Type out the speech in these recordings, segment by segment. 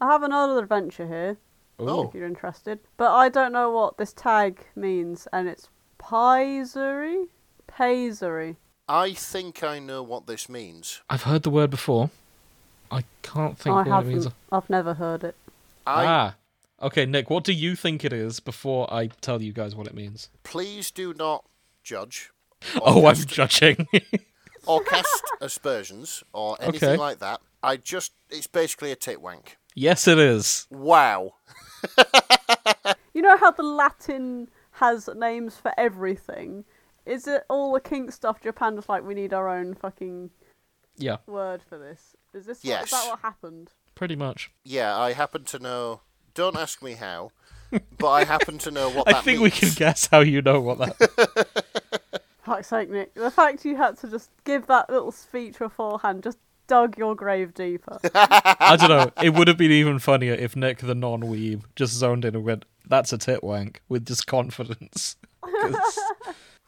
I have another adventure here Oh. if you're interested, but I don't know what this tag means, and it's paisery, paisery. I think I know what this means. I've heard the word before. I can't think I what it means. haven't. I've never heard it. I Ah. Okay, Nick, what do you think it is before I tell you guys what it means? please do not judge Oh, I'm judging. or cast aspersions or anything Okay. like that. I just it's basically a tit wank. yes, it is. Wow. You know how the Latin has names for everything? Is it all the kink stuff Japan just like we need our own fucking Yeah, word for this? Is this what, is Yes. that what happened? pretty much. Yeah, I happen to know don't ask me how, but I happen to know what I that think we means. can guess how you know what that. Fuck's sake, Nick. The fact you had to just give that little speech beforehand just dug your grave deeper. I don't know. It would have been even funnier if Nick, the non-weeb, just zoned in and went, "That's a tit wank" with just confidence. 'Cause-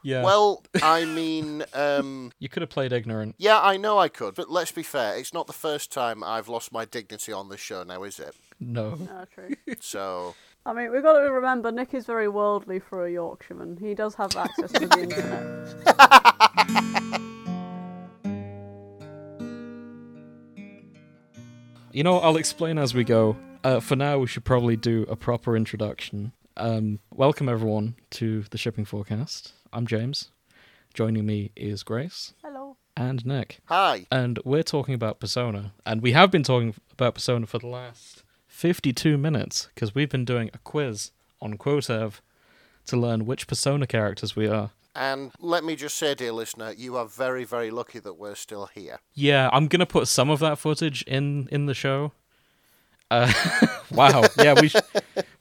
yeah. Well, I mean, um, you could have played ignorant. yeah, I know I could, but let's be fair. It's not the first time I've lost my dignity on this show now, is it? No. Ah, true. So, I mean, we've got to remember Nick is very worldly for a Yorkshireman. He does have access to the internet. You know, I'll explain as we go. Uh, for now, we should probably do a proper introduction. Um, welcome everyone to the shipping forecast. I'm James. Joining me is Grace Hello. and Nick. hi. and we're talking about Persona, and we have been talking about Persona for the last 52 minutes because we've been doing a quiz on Quotev to learn which Persona characters we are. And let me just say, dear listener, you are very, very lucky that we're still here. Yeah, I'm gonna put some of that footage in in the show. Uh, wow, yeah, we sh-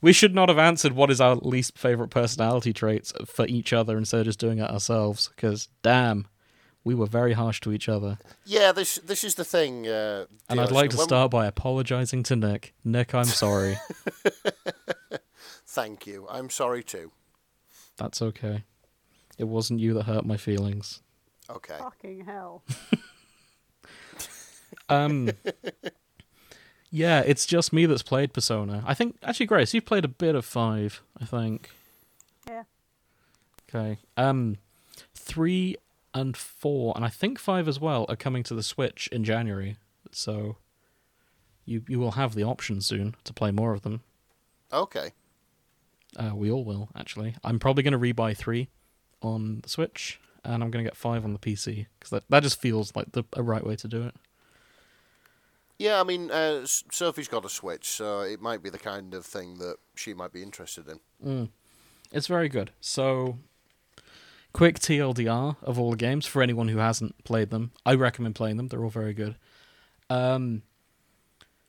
we should not have answered what is our least favorite personality traits for each other instead of just doing it ourselves because damn, we were very harsh to each other. Yeah, this this is the thing. Uh, And dear I'd like to listener, when- start by apologizing to Nick. Nick, I'm sorry. Thank you. I'm sorry too. That's okay. It wasn't you that hurt my feelings. Okay. Fucking hell. Um, yeah, it's just me that's played Persona. I think actually, Grace, you've played a bit of five. I think. Yeah. Okay. Um, three and four, and I think five as well, are coming to the Switch in January. So you you will have the option soon to play more of them. Okay. Uh, we all will actually. I'm probably going to rebuy three on the Switch, and I'm going to get five on the PC because that that just feels like the a right way to do it. Yeah, I mean, uh, S- Sophie's got a Switch, so it might be the kind of thing that she might be interested in. It's very good. So, quick TLDR of all the games for anyone who hasn't played them. I recommend playing them. They're all very good. Um,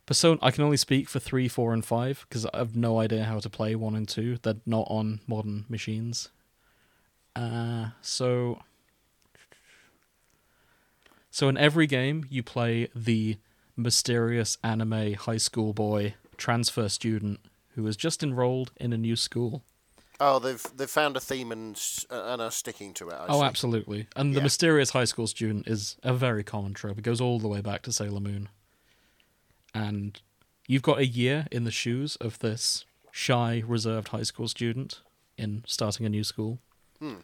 Persona. I can only speak for three, four, and five because I have no idea how to play one and two. They're not on modern machines. Uh, so. So in every game, you play the mysterious anime high school boy transfer student who has just enrolled in a new school. Oh, they've they've found a theme and s- uh, and are sticking to it. I Oh, see. absolutely. And the Yeah. mysterious high school student is a very common trope. It goes all the way back to Sailor Moon. And you've got a year in the shoes of this shy, reserved high school student in starting a new school. Hmm.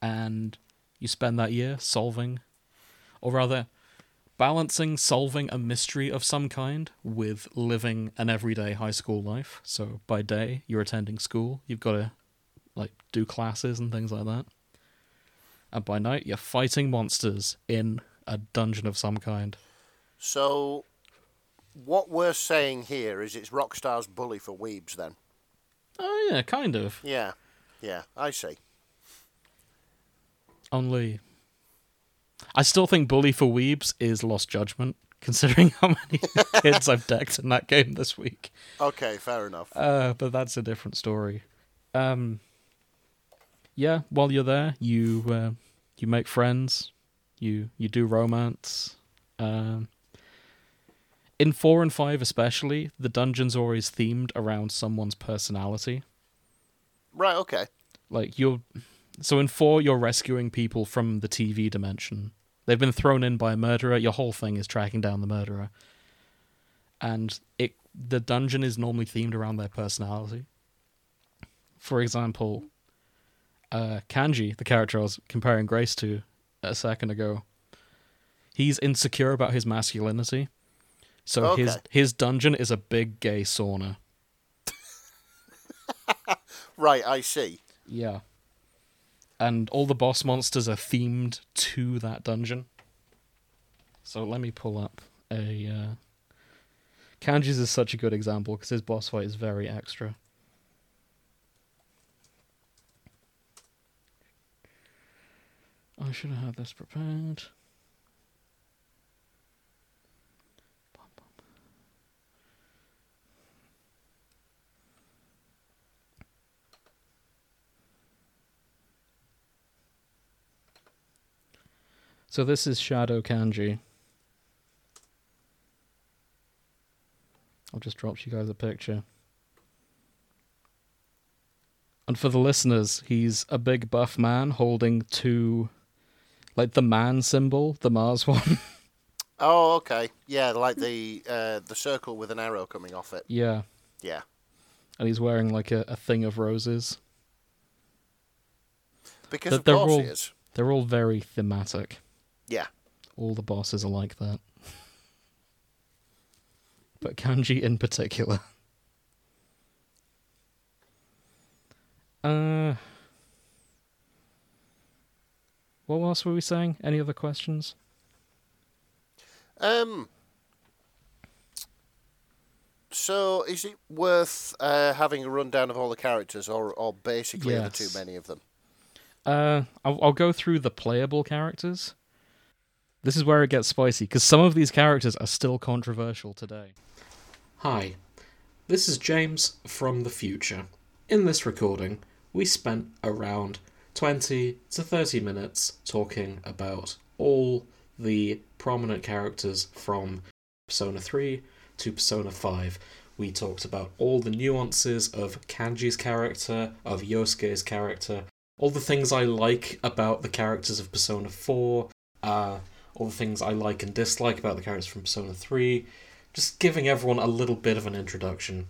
And you spend that year solving, or rather, balancing solving a mystery of some kind with living an everyday high school life. So by day, you're attending school, you've got to like do classes and things like that and by night you're fighting monsters in a dungeon of some kind. So, what we're saying here is it's Rockstar's bully for weebs. Then. Oh yeah, kind of. Yeah. Yeah, I see. Only I still think Bully for Weebs is lost judgment, considering how many kids I've decked in that game this week. Okay, fair enough. Uh, but that's a different story. Um, yeah, while you're there, you uh, you make friends, you you do romance. Um, in four and five, especially, the dungeon's always themed around someone's personality. right. Okay. like you're so in four you're rescuing people from the tv dimension they've been thrown in by a murderer your whole thing is tracking down the murderer and it the dungeon is normally themed around their personality. For example, uh, Kanji, the character I was comparing Grace to a second ago, he's insecure about his masculinity, so his Okay. his dungeon is a big gay sauna. Right, I see. Yeah. And all the boss monsters are themed to that dungeon. So let me pull up a. Uh... Kanji's is such a good example because his boss fight is very extra. I should have had this prepared. So this is Shadow Kanji. I've just dropped you guys a picture. And for the listeners, he's a big buff man holding two, like the man symbol, the Mars one. Oh, okay. Yeah, like the uh, the circle with an arrow coming off it. yeah. Yeah. And he's wearing like a, a thing of roses. Because But of they're course all- he is. They're all very thematic. Yeah. All the bosses are like that. but Kanji in particular. Uh. What else were we saying? Any other questions? Um. So, is it worth uh, having a rundown of all the characters, or, or basically are there Yes. too many of them? Uh, I'll, I'll go through the playable characters. This is where it gets spicy because some of these characters are still controversial today. Hi, this is James from the future. In this recording, we spent around 20 to 30 minutes talking about all the prominent characters from Persona 3 to Persona 5. We talked about all the nuances of Kanji's character, of Yosuke's character, all the things I like about the characters of Persona 4, uh, all the things I like and dislike about the characters from Persona 3, just giving everyone a little bit of an introduction.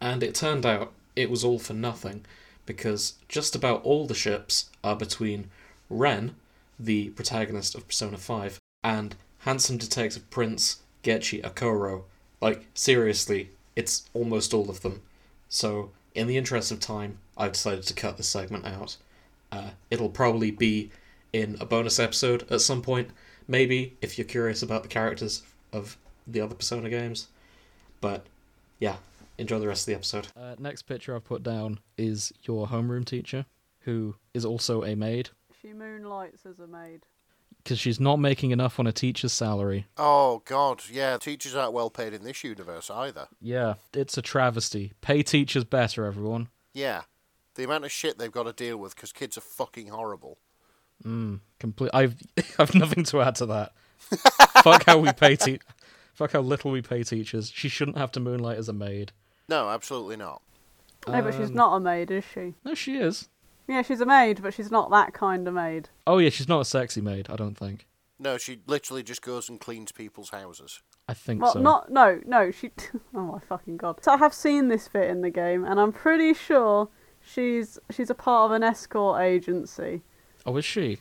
And it turned out it was all for nothing, because just about all the ships are between Ren, the protagonist of Persona 5, and handsome detective prince Getchi Akoro. Like, seriously, it's almost all of them. So, in the interest of time, I've decided to cut this segment out. Uh, it'll probably be in a bonus episode at some point, maybe, if you're curious about the characters of the other Persona games. But yeah, enjoy the rest of the episode. Uh, next picture I've put down is your homeroom teacher, who is also a maid, She moonlights as a maid. because she's not making enough on a teacher's salary. Oh God, yeah. Teachers aren't well paid in this universe either. Yeah, it's a travesty. Pay teachers better, everyone. Yeah, the amount of shit they've got to deal with because kids are fucking horrible. Complete. I've I've nothing to add to that. Fuck how we pay te- Fuck how little we pay teachers. She shouldn't have to moonlight as a maid. No, absolutely not. No, but Um, she's not a maid, is she? No, she is. Yeah, she's a maid, but she's not that kind of maid. Oh yeah, she's not a sexy maid. I don't think. No, she literally just goes and cleans people's houses. I think Well, so. not no, no. She. Oh my fucking god! So I have seen this bit in the game, and I'm pretty sure she's she's a part of an escort agency. Oh, is she?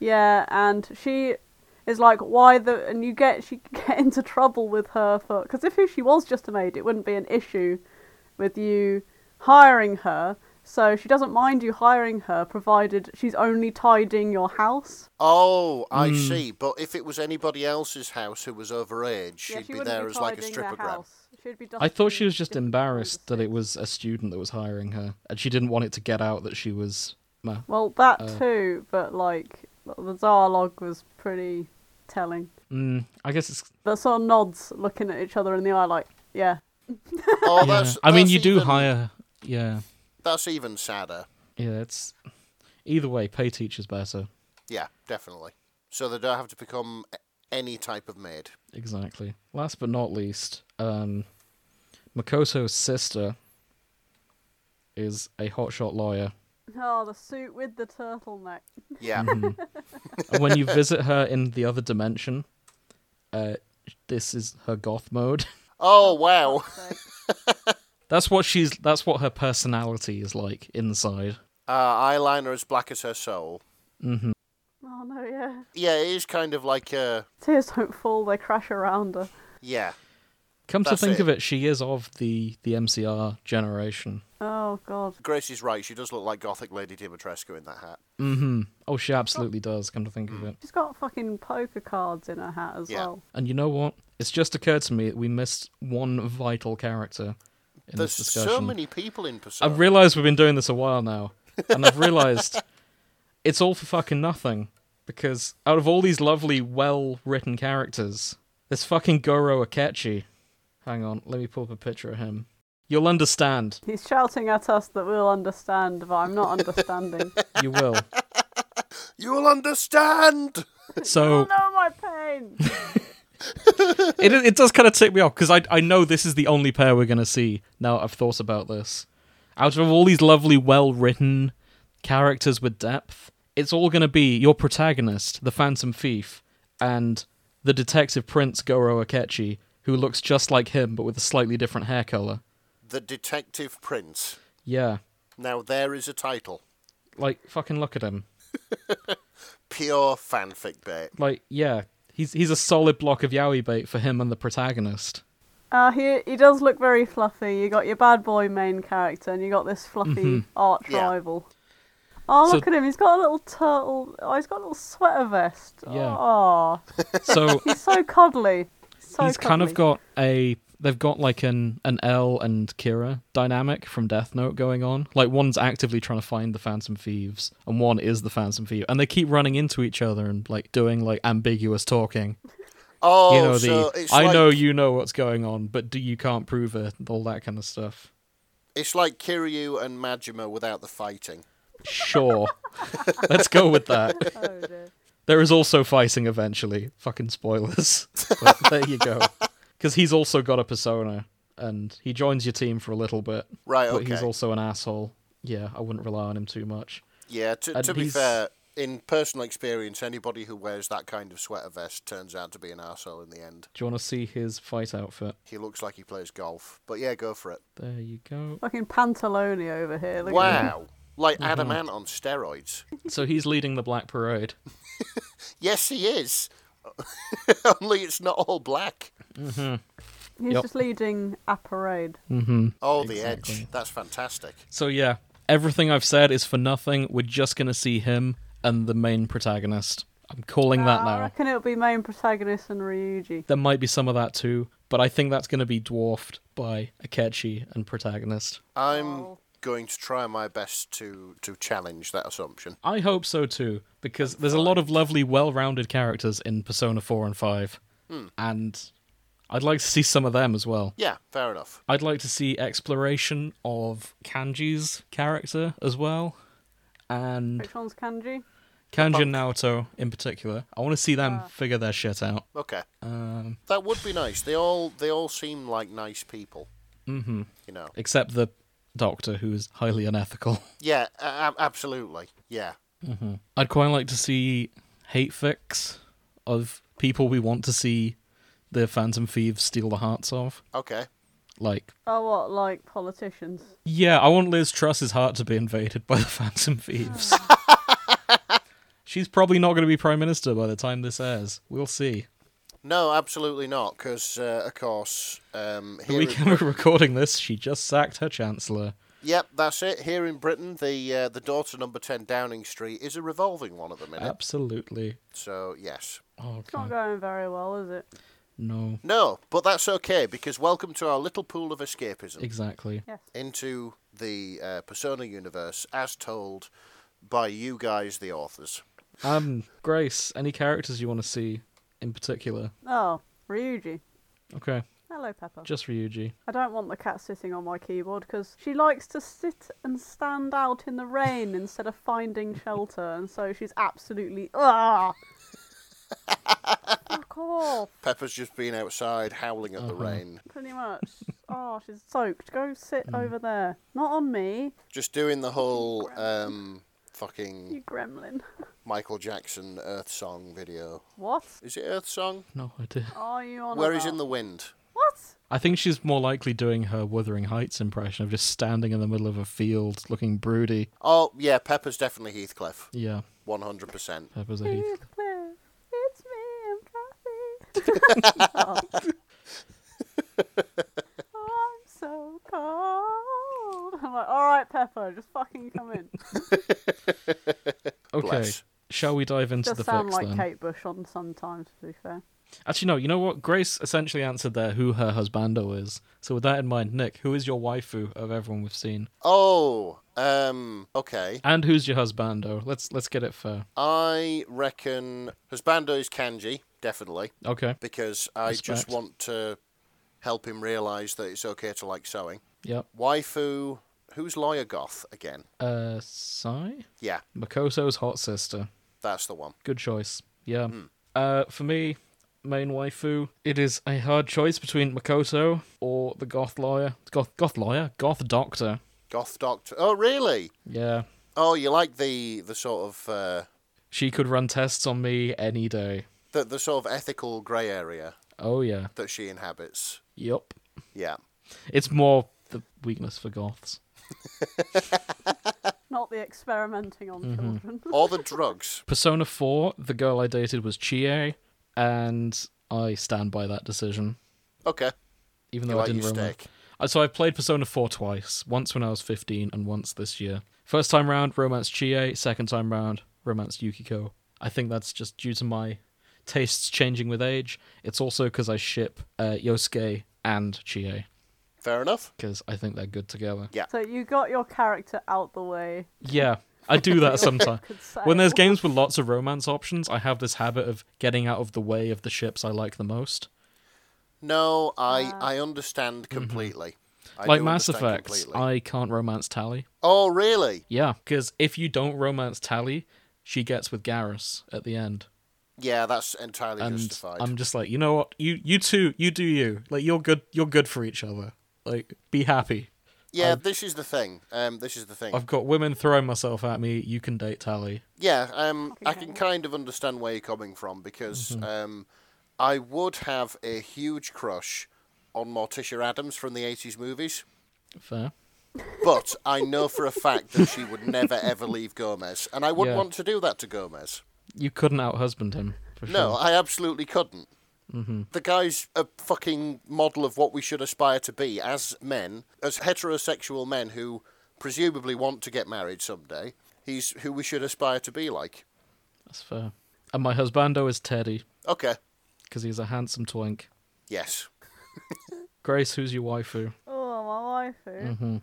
Yeah, and she is like, why the? And you get she get into trouble with her for because if she was just a maid, it wouldn't be an issue with you hiring her. So she doesn't mind you hiring her, provided she's only tidying your house. Oh, I Hmm. see. But if it was anybody else's house who was overage, Yeah, she'd she be wouldn't there be as like a tidying their stripper gram. house. She'd be I thought dusting she was just different kinds of embarrassed that stuff. it was a student that was hiring her, and she didn't want it to get out that she was. Nah. Well, that uh, too, but like the dialogue was pretty telling. Mm, I guess it's. But sort of nods, looking at each other in the eye, like, yeah, Oh, yeah. that's, I mean, that's you do even- hire. Yeah, That's even sadder. yeah. It's either way, pay teachers better. Yeah, definitely. So they don't have to become a- any type of maid. Exactly. Last but not least, um, Makoto's sister is a hotshot lawyer. oh, the suit with the turtleneck. Yeah. Mm-hmm. And when you visit her in the other dimension, uh, this is her goth mode. Oh wow! That's what she's. That's what her personality is like inside. Uh, eyeliner as black as her soul. hmm Oh no, yeah. Yeah, it is kind of like uh, Tears don't fall; they crash around her. yeah, Come to That's think it. of it, she is of the the MCR generation. Oh god. Grace is right. She does look like Gothic Lady Dimitrescu in that hat. hmm Oh, she absolutely does. Come to think Mm. of it, She's got fucking poker cards in her hat as Yeah. well. and you know what? It's just occurred to me that we missed one vital character in There's this discussion. so many people in Persona. I've realised we've been doing this a while now, and I've realised it's all for fucking nothing because out of all these lovely, well-written characters, this fucking Goro Akechi. Hang on, let me pull up a picture of him. You'll understand. He's shouting at us that we'll understand, but I'm not understanding. You will. You'll understand. oh So no, my pain. it it does kind of tick me off because I I know this is the only pair we're gonna see. Now that I've thought about this, out of all these lovely, well-written characters with depth, it's all gonna be your protagonist, the Phantom Thief, and the detective prince Goro Akechi, who looks just like him but with a slightly different hair color. The Detective Prince. Yeah, Now there is a title. like fucking look at him. Pure fanfic bait. Like yeah, he's he's a solid block of yaoi bait for him and the protagonist. Uh, he he does look very fluffy. You got your bad boy main character, and you got this fluffy arch Yeah. rival. Oh, Mm-hmm. So- look at him! He's got a little turtle. Oh, he's got a little sweater vest. Yeah. Oh, So. he's so cuddly. So he's kind cuddly. of got a they've got like an an L and Kira dynamic from Death Note going on. Like one's actively trying to find the Phantom Thieves and one is the Phantom Thief. And they keep running into each other and like doing like ambiguous talking. Oh, you know so the it's I like, know you know what's going on, but do you can't prove it, all that kind of stuff. It's like Kiryu and Majima without the fighting. Sure. Let's go with that. Oh, dear. There is also fighting eventually. Fucking spoilers. But there you go. Because he's also got a persona and he joins your team for a little bit. Right. but okay. he's also an asshole. Yeah, I wouldn't rely on him too much. Yeah, to, And to be he's- fair, in personal experience, anybody who wears that kind of sweater vest turns out to be an arsehole in the end. Do you want to see his fight outfit? He looks like he plays golf. But yeah, go for it. There you go. fucking pantalone over here. Look at him. Wow. Mm-hmm. Like Adamant on steroids. So he's leading the Black Parade. Yes, he is. Only it's not all black. He's Yep. just leading a parade. hmm Oh, the Exactly. edge. That's fantastic. So yeah, everything I've said is for nothing. We're just gonna see him and the main protagonist. I'm calling that I Ah. now. reckon it'll be main protagonist and Ryuji. There might be some of that too, but I think that's gonna be dwarfed by Akechi and protagonist. I'm Oh. going to try my best to, to challenge that assumption. I hope so too, because there's a lot of lovely, well-rounded characters in Persona 4 and 5, and I'd like to see some of them as well. Yeah, fair enough. I'd like to see exploration of Kanji's character as well, and Which one's Kanji? Kanji and Naoto in particular. I want to see them figure their shit out. Okay. Um, That would be nice. They all they all seem like nice people. hmm You know. Except the Doctor, who is highly unethical. Yeah, a- a- absolutely. Yeah. I'd quite like to see hate fix of people we want to see the Phantom Thieves steal the hearts of. Okay. Like, Oh, what like politicians? yeah, I want Liz Truss's heart to be invaded by the Phantom Thieves. She's probably not going to be Prime Minister by the time this airs. We'll see. No, absolutely not, because uh, of course um, The here. in weekend we're recording this, she just sacked her chancellor. Yep, that's it. Here in Britain, the uh, the door to number ten Downing Street is a revolving one at the minute. Absolutely. So yes, Oh It's not god, going very well, is it? no. no, but that's okay because welcome to our little pool of escapism Exactly. Yes. into the uh, Persona universe as told by you guys, the authors. Um, Grace, any characters you want to see in particular? Oh, Ryuji. Okay, Hello, Pepper. just for Yuji. I don't want the cat sitting on my keyboard because she likes to sit and stand out in the rain instead of finding shelter, and so she's absolutely ah. Fuck off! Pepper's just been outside howling at the Uh-huh. rain, Pretty much. Oh, she's soaked. Go sit over there. Not on me, just doing the whole um, fucking you gremlin. Michael Jackson Earth Song video. What Is it Earth Song? No idea. are you on? Where about? he's in the wind. what? I think she's more likely doing her Wuthering Heights impression of just standing in the middle of a field looking broody. Oh yeah, Pepper's definitely Heathcliff, Yeah, one hundred percent. Pepper's a Heath. Heathcliff, it's me, I'm Kathy. I'm so cold. I'm like, all right, Pepper, just fucking come in. Okay, Bless. shall we dive into Just the sound fix like then? Kate Bush on sometimes, to be fair. Actually, no. You know what? Grace essentially answered there who her husbando is. So with that in mind, Nick, who is your waifu of everyone we've seen, Oh, um, okay. and who's your husbando? Let's let's get it fair. I reckon Husbando is Kanji, definitely, Okay. because I just Respect. want to help him realise that it's okay to like sewing. Yep. Waifu, who's Lawyer Goth again? Uh, Sai Yeah, Makoto's hot sister. that's the one. Good choice. Yeah. Uh, for me, main waifu, it is a hard choice between Makoto or the goth lawyer, goth goth lawyer, goth doctor. Goth Doctor. Oh, really? Yeah. Oh, you like the the sort of uh, She could run tests on me any day. the the sort of ethical grey area Oh yeah. that she inhabits. Yup. Yeah. It's more the weakness for goths. Not the experimenting on Mm-hmm. children. Or the drugs. Persona 4, the girl I dated was Chie, and I stand by that decision. Okay. Even You though I like didn't your remember. steak. Uh, So I've played Persona 4 twice, once when I was 15 and once this year. First time round, romance Chie, second time round, romance Yukiko. I think that's just due to my tastes changing with age. It's also because I ship uh, Yosuke and Chie, Fair enough. because I think they're good together. Yeah. So you got your character out the way. Yeah, I do that sometimes. Could say. When there's games with lots of romance options, I have this habit of getting out of the way of the ships I like the most. No, I I understand completely. I Mm-hmm. like do Mass understand Effect, completely. I can't romance Tally. Oh, really? Yeah, because if you don't romance Tally, she gets with Garrus at the end, Yeah, that's entirely and justified. I'm just like, you know what? You you two, you do you. Like you're good. You're good for each other. Like be happy. yeah, this is the thing. Um, this is the thing. I've got women throwing myself at me. You can date Tally. Yeah, um, I can hell. kind of understand where you're coming from because Mm-hmm. um, I would have a huge crush on Morticia Adams from the 80s movies, Fair. but I know for a fact that she would never ever leave Gomez, and I wouldn't Yeah. want to do that to Gomez. You couldn't out husband him. For No, sure. Mm-hmm. I absolutely couldn't. The guy's a fucking model of what we should aspire to be as men, as heterosexual men who presumably want to get married someday. He's who we should aspire to be like. that's fair. And my husbando is Teddy Okay. because he's a handsome twink. Yes. Grace, who's your waifu? Oh, my waifu.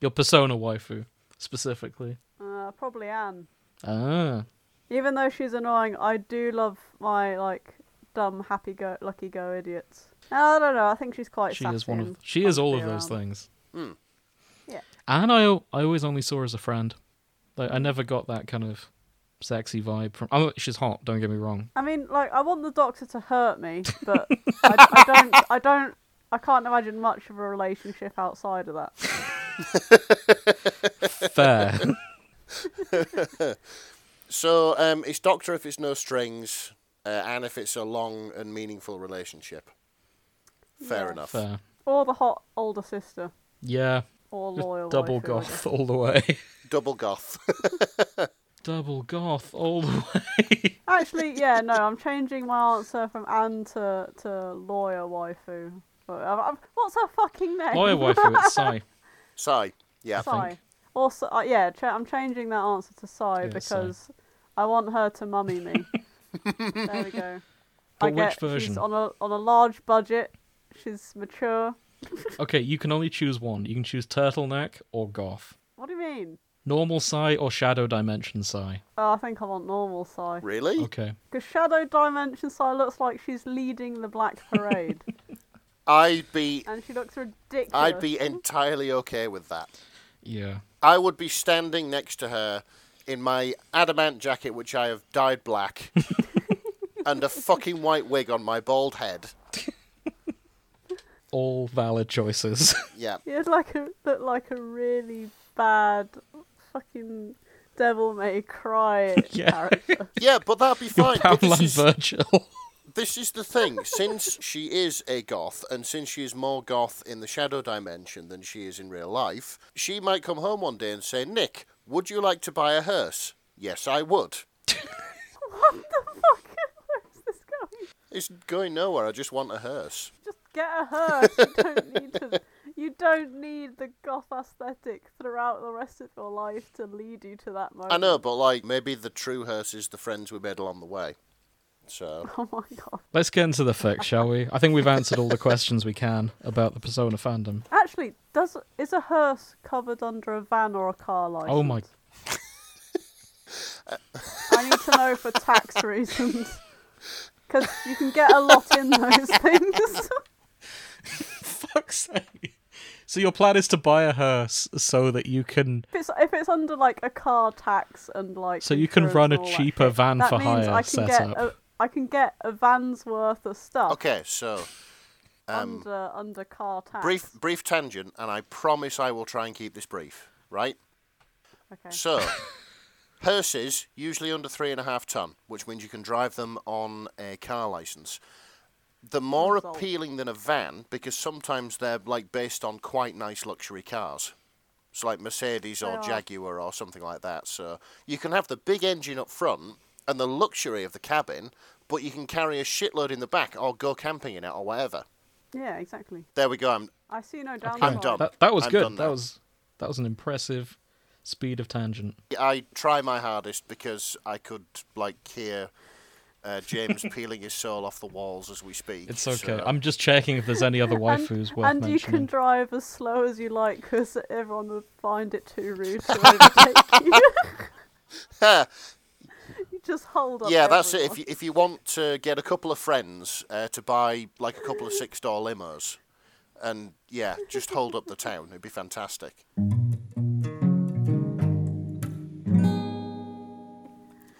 Your persona waifu, specifically. Uh, probably Anne. Ah, Even though she's annoying, I do love my like dumb happy go lucky go idiots. I don't know. I think she's quite. she is sassy one of and she fun is to all be of those around. Mm. things. Yeah. And I al- I always only saw her as a friend. Like I never got that kind of sexy vibe from. Oh, she's hot. Don't get me wrong. I mean, like, I want the doctor to hurt me, but I, I don't. I don't. I can't imagine much of a relationship outside of that. Fair. So um, it's Doctor if it's no strings, uh, and if it's a long and meaningful relationship. Fair Yeah. enough. fair. Or the hot older sister, Yeah. or loyal. Double waifu, I goth guess. all the way. Double goth. Double goth all the way. Actually, yeah, no, I'm changing my answer from Anne to to lawyer waifu. But I've, I've, what's her fucking name? Lawyer waifu. It's Sai. Sigh. Yeah. Sai. think. Also, uh, yeah, cha- I'm changing that answer to Sai Yeah, Sai. because I want her to mummy me. there we go. But I which get version? she's on a on a large budget. She's mature. Okay, you can only choose one. You can choose turtleneck or goth. What do you mean? Normal Sai or shadow dimension Sai. Oh, I think I want normal Sai. Really? Okay. Because Shadow Dimension Sai looks like she's leading the Black Parade, I'd be. and she looks ridiculous. I'd be entirely okay with that. Yeah. I would be standing next to her in my adamant jacket, which I have dyed black, and a fucking white wig on my bald head. All valid choices. Yeah. You'd like a look like a really bad fucking devil may cry Yeah. character. Yeah, but that'd be fine. But this, Poundland is, Virgil. This is the thing. since she is a goth, and since she is more goth in the shadow dimension than she is in real life, she might come home one day and say, Nick, would you like to buy a hearse? Yes, I would. What the fuck? Where's this going? It's going nowhere. I just want a hearse. Just get a hearse. You don't need to. You don't need the goth aesthetic throughout the rest of your life to lead you to that moment. I know, but like maybe the true hearse is the friends we made along the way. So Oh my god. Let's get into the fic, shall we? I think we've answered all the questions we can about the Persona fandom. Actually, does is a hearse covered under a van or a car license? Oh my- I need to know for tax reasons. Because you can get a lot in those things. Fuck's sake. So your plan is to buy a hearse so that you can If it's, if it's under like a car tax and like so you can insurance run and a all that cheaper shit, van that for means I hire can get setup. a, I can get a van's worth of stuff okay, so under under car tax. brief brief tangent, and I promise I will try and keep this brief. Right. Okay. So, hearses usually under three and a half ton, which means you can drive them on a car license. The more Result. appealing than a van because sometimes they're like based on quite nice luxury cars. So like Mercedes They or are. Jaguar or something like that. So you can have the big engine up front and the luxury of the cabin, but you can carry a shitload in the back or go camping in it or whatever. Yeah, exactly. There we go. I'm I see no downside. I'm done. That, that was I'm done good. now. That was that was an impressive speed of tangent. I try my hardest because I could like hear uh, James peeling his soul off the walls as we speak. It's okay. so- I'm just checking if there's any other And, waifus worth and you mentioning. can drive as slow as you like because everyone would find it too rude to overtake you. you just hold up. yeah, that's it. everyone. If you, if you want to get a couple of friends uh, to buy like a couple of six door limos, and yeah, just hold up the town. It'd be fantastic.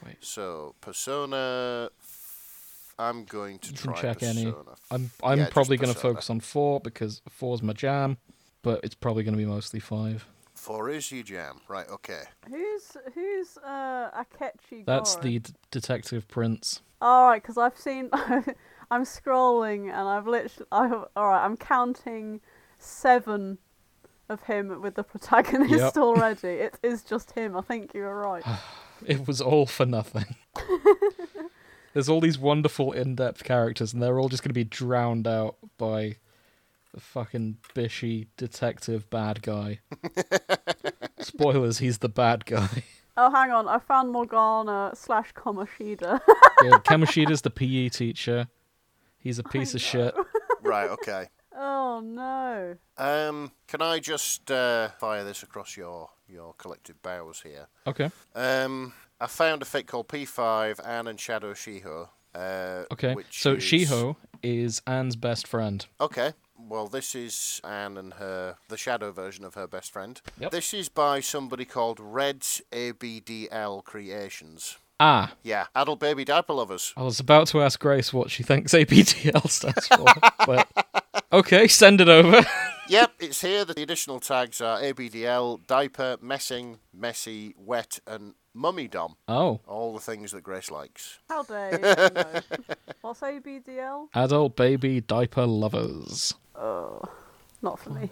Wait. So Persona. f- I'm going to You can try check Persona. any. f- I'm I'm yeah, just probably going to Persona. focus on four because four's my jam, but it's probably going to be mostly five. For is you jam right? Okay. Who's who's uh, Akechi? That's Goro? the d- detective prince. All right, because I've seen. I'm scrolling and I've literally. I've, all right, I'm counting seven of him with the protagonist Yep. already. It is just him. I think you were right. It was all for nothing. There's all these wonderful in-depth characters, and they're all just going to be drowned out by the fucking bishy detective bad guy. Spoilers: he's the bad guy. Oh, hang on. I found Morgana slash Komoshida. yeah, Kamoshida's the PE teacher. He's a piece of shit. Right. Okay. oh no. Um, can I just uh, fire this across your your collective bows here? Okay. Um, I found a fic called P5 Anne and Shadow Shiho. Uh, Okay. which so is... Shiho is Anne's best friend. Okay. Well, this is Anne and her the shadow version of her best friend. Yep. This is by somebody called Red ABDL Creations. Ah, Yeah, adult baby diaper lovers. I was about to ask Grace what she thinks ABTL stands for, but okay, send it over. yep, it's here. The additional tags are ABDL, diaper, messing, messy, wet, and mummy dom. Oh, All the things that Grace likes. How dare you? No. What's ABDL? adult baby diaper lovers. Oh, not for me.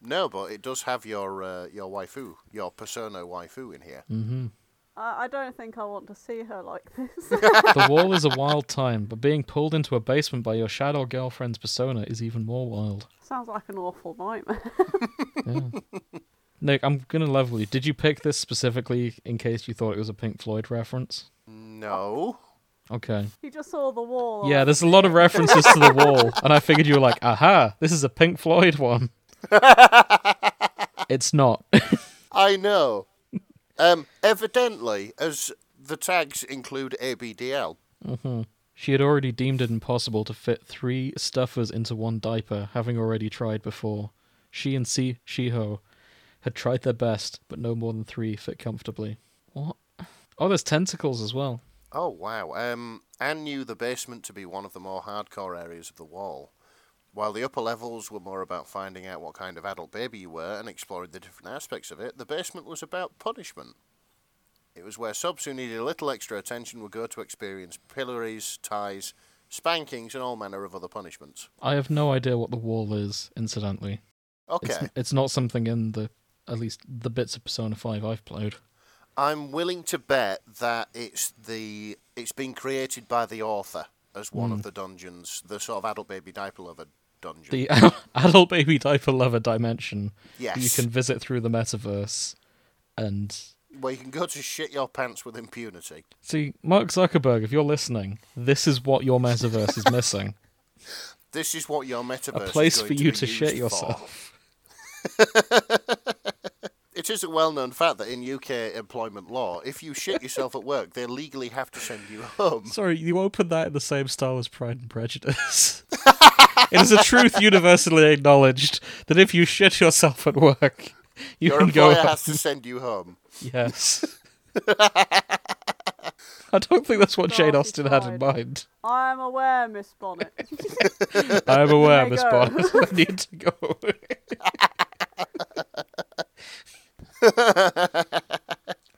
No, but it does have your uh, your waifu, your persona waifu in here. I, I don't think I want to see her like this. The wall is a wild time, but being pulled into a basement by your shadow girlfriend's persona is even more wild. Sounds like an awful nightmare. Nick, I'm gonna level you. Did you pick this specifically in case you thought it was a Pink Floyd reference? No. Okay. You just saw the wall. Yeah, there's a lot of references to the wall, and I figured you were like, aha, this is a Pink Floyd one. it's not. I know. Um, evidently, as the tags include ABDL. she had already deemed it impossible to fit three stuffers into one diaper, having already tried before. She and C. Shiho had tried their best, but no more than three fit comfortably. What? Oh, there's tentacles as well. Oh, wow. Um, Anne knew the basement to be one of the more hardcore areas of the wall, while the upper levels were more about finding out what kind of adult baby you were and exploring the different aspects of it. The basement was about punishment. It was where subs who needed a little extra attention would go to experience pillories, ties, spankings, and all manner of other punishments. I have no idea what the wall is, incidentally. Okay, It's, it's not something in the, at least the bits of Persona 5 I've played. I'm willing to bet that it's the it's been created by the author as one Hmm. of the dungeons, the sort of adult baby diaper lover dungeon. The adult baby diaper lover dimension yes, you can visit through the metaverse. And where you can go to shit your pants with impunity. see, Mark Zuckerberg, if you're listening, this is what your metaverse is missing. This is what your metaverse. A is place going for you be to shit used for. yourself. It is a well-known fact that in UK employment law, if you shit yourself at work, they legally have to send you home. Sorry, you opened that in the same style as Pride and Prejudice. it is a truth universally acknowledged that if you shit yourself at work, you Your can go. employer home. has to send you home. Yes. I don't think that's what Jane Nasty Austen had in Pride. mind. I'm aware, Miss Bonnet. I am aware, Miss go. Bonnet. I need to go.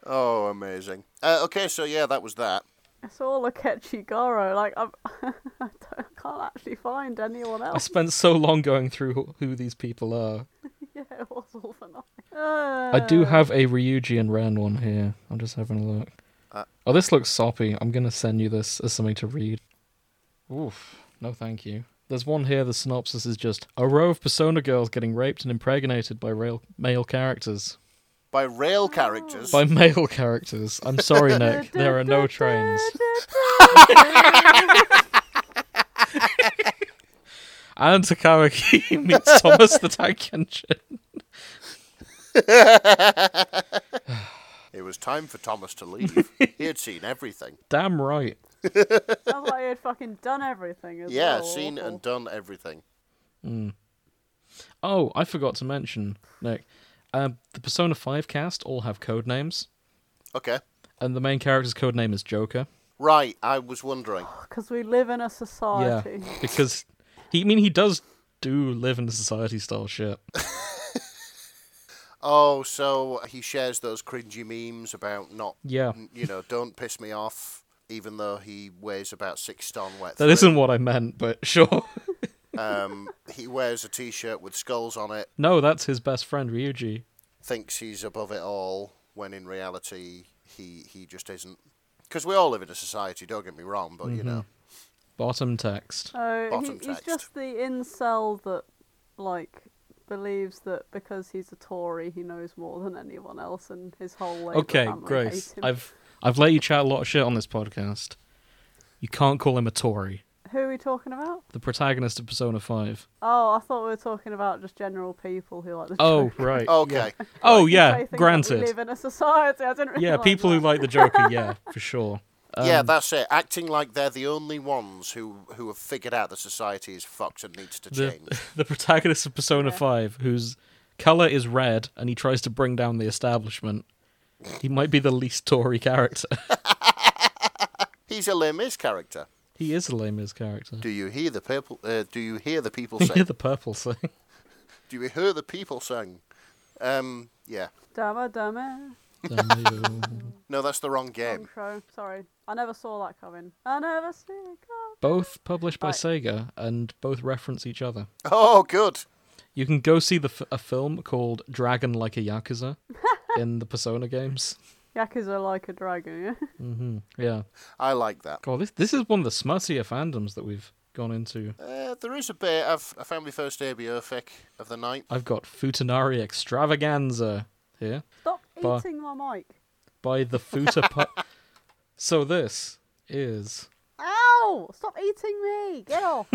Oh, amazing. Uh, okay, so yeah, that was that. it's all a catchy Goro. Like I'm, I don't- can't actually find anyone I else. spent so long going through who- who these people are. Yeah, it was all for nothing. I do Uh, have a Ryuji and Ren one here. I'm just having a look. oh, this looks soppy. I'm gonna send you this as something to read. Oof. No, thank you. There's one here. The synopsis is just a row of Persona girls getting raped and impregnated by rail- male characters. By rail characters. By male characters. I'm sorry, Uh, Nick. There are no trains. and Takawaki meets Thomas the Tank Engine. It was time for Thomas to leave. he had seen everything. Damn right. Sounds like he had fucking done everything. As Yeah, well. seen and done everything. Oh, I forgot to mention, Nick. Um, the Persona 5 cast all have code names, Okay. and the main character's code name is Joker. Right, I was wondering. Because we live in a Yeah, society. because he I mean he does do live in society style shit. Oh, so he shares those cringy memes about not, Yeah, you know, don't piss me off, even though he weighs about six stone wet. that through. isn't what I meant, but sure. Um, he wears a T-shirt with skulls on it. No, that's his best friend Ryuji. Thinks he's above it all, when in reality he he just isn't. Because we all live in a society. Don't get me wrong, but Mm-hmm. you know, Bottom text. So he, Bottom he's text. just the incel that, like, believes that because he's a Tory, he knows more than anyone else, and his whole Labour Okay, family Grace, hate him. I've I've let you chat a lot of shit on this podcast. You can't call him a Tory. Who are we talking about? The protagonist of Persona Five. Oh, I thought we were talking about just general people who like the Oh Joker. right. okay. Oh You say yeah. things like, Granted. We live in a society. I didn't yeah, realise people that. who like the Joker, yeah, for sure. yeah, that's it. Acting like they're the only ones who who have figured out that society is fucked and needs to The change. the protagonist of Persona Five, whose color is red, and he tries to bring down the establishment. He might be the least Tory character. He's a Lemis character. he is a lame is character. Do you hear the people? Uh, do you hear the people Hear sing? the purple thing. do you hear the people sing? Um, yeah. Dumber, dumber. No, that's the wrong Um, game. Intro. Sorry, I never saw that coming. I never see it coming. both published by Right. Sega and both reference each other. Oh, good. You can go see the f- a film called Dragon Like a Yakuza in the Persona games. Mm-hmm. Yakuza like a dragon. Yeah. Yeah. I like that. God, this this is one of the smuttier fandoms that we've gone into. Uh, there is a bit. I've, I found my first ABO fic of the night. I've got Futanari Extravaganza here Stop Bar- eating my mic. by the Futa. Pu- so this is Ow! Stop eating me! Get off!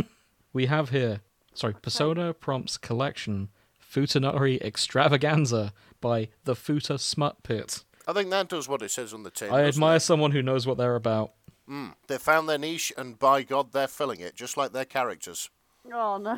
we have here. Sorry, Persona Prompts Collection Futanari Extravaganza by the Futa Smut Pit. I think that does what it says on the tin. I doesn't admire it? someone who knows what they're about. They found their niche, and by God, they're filling it, just like their characters. oh no.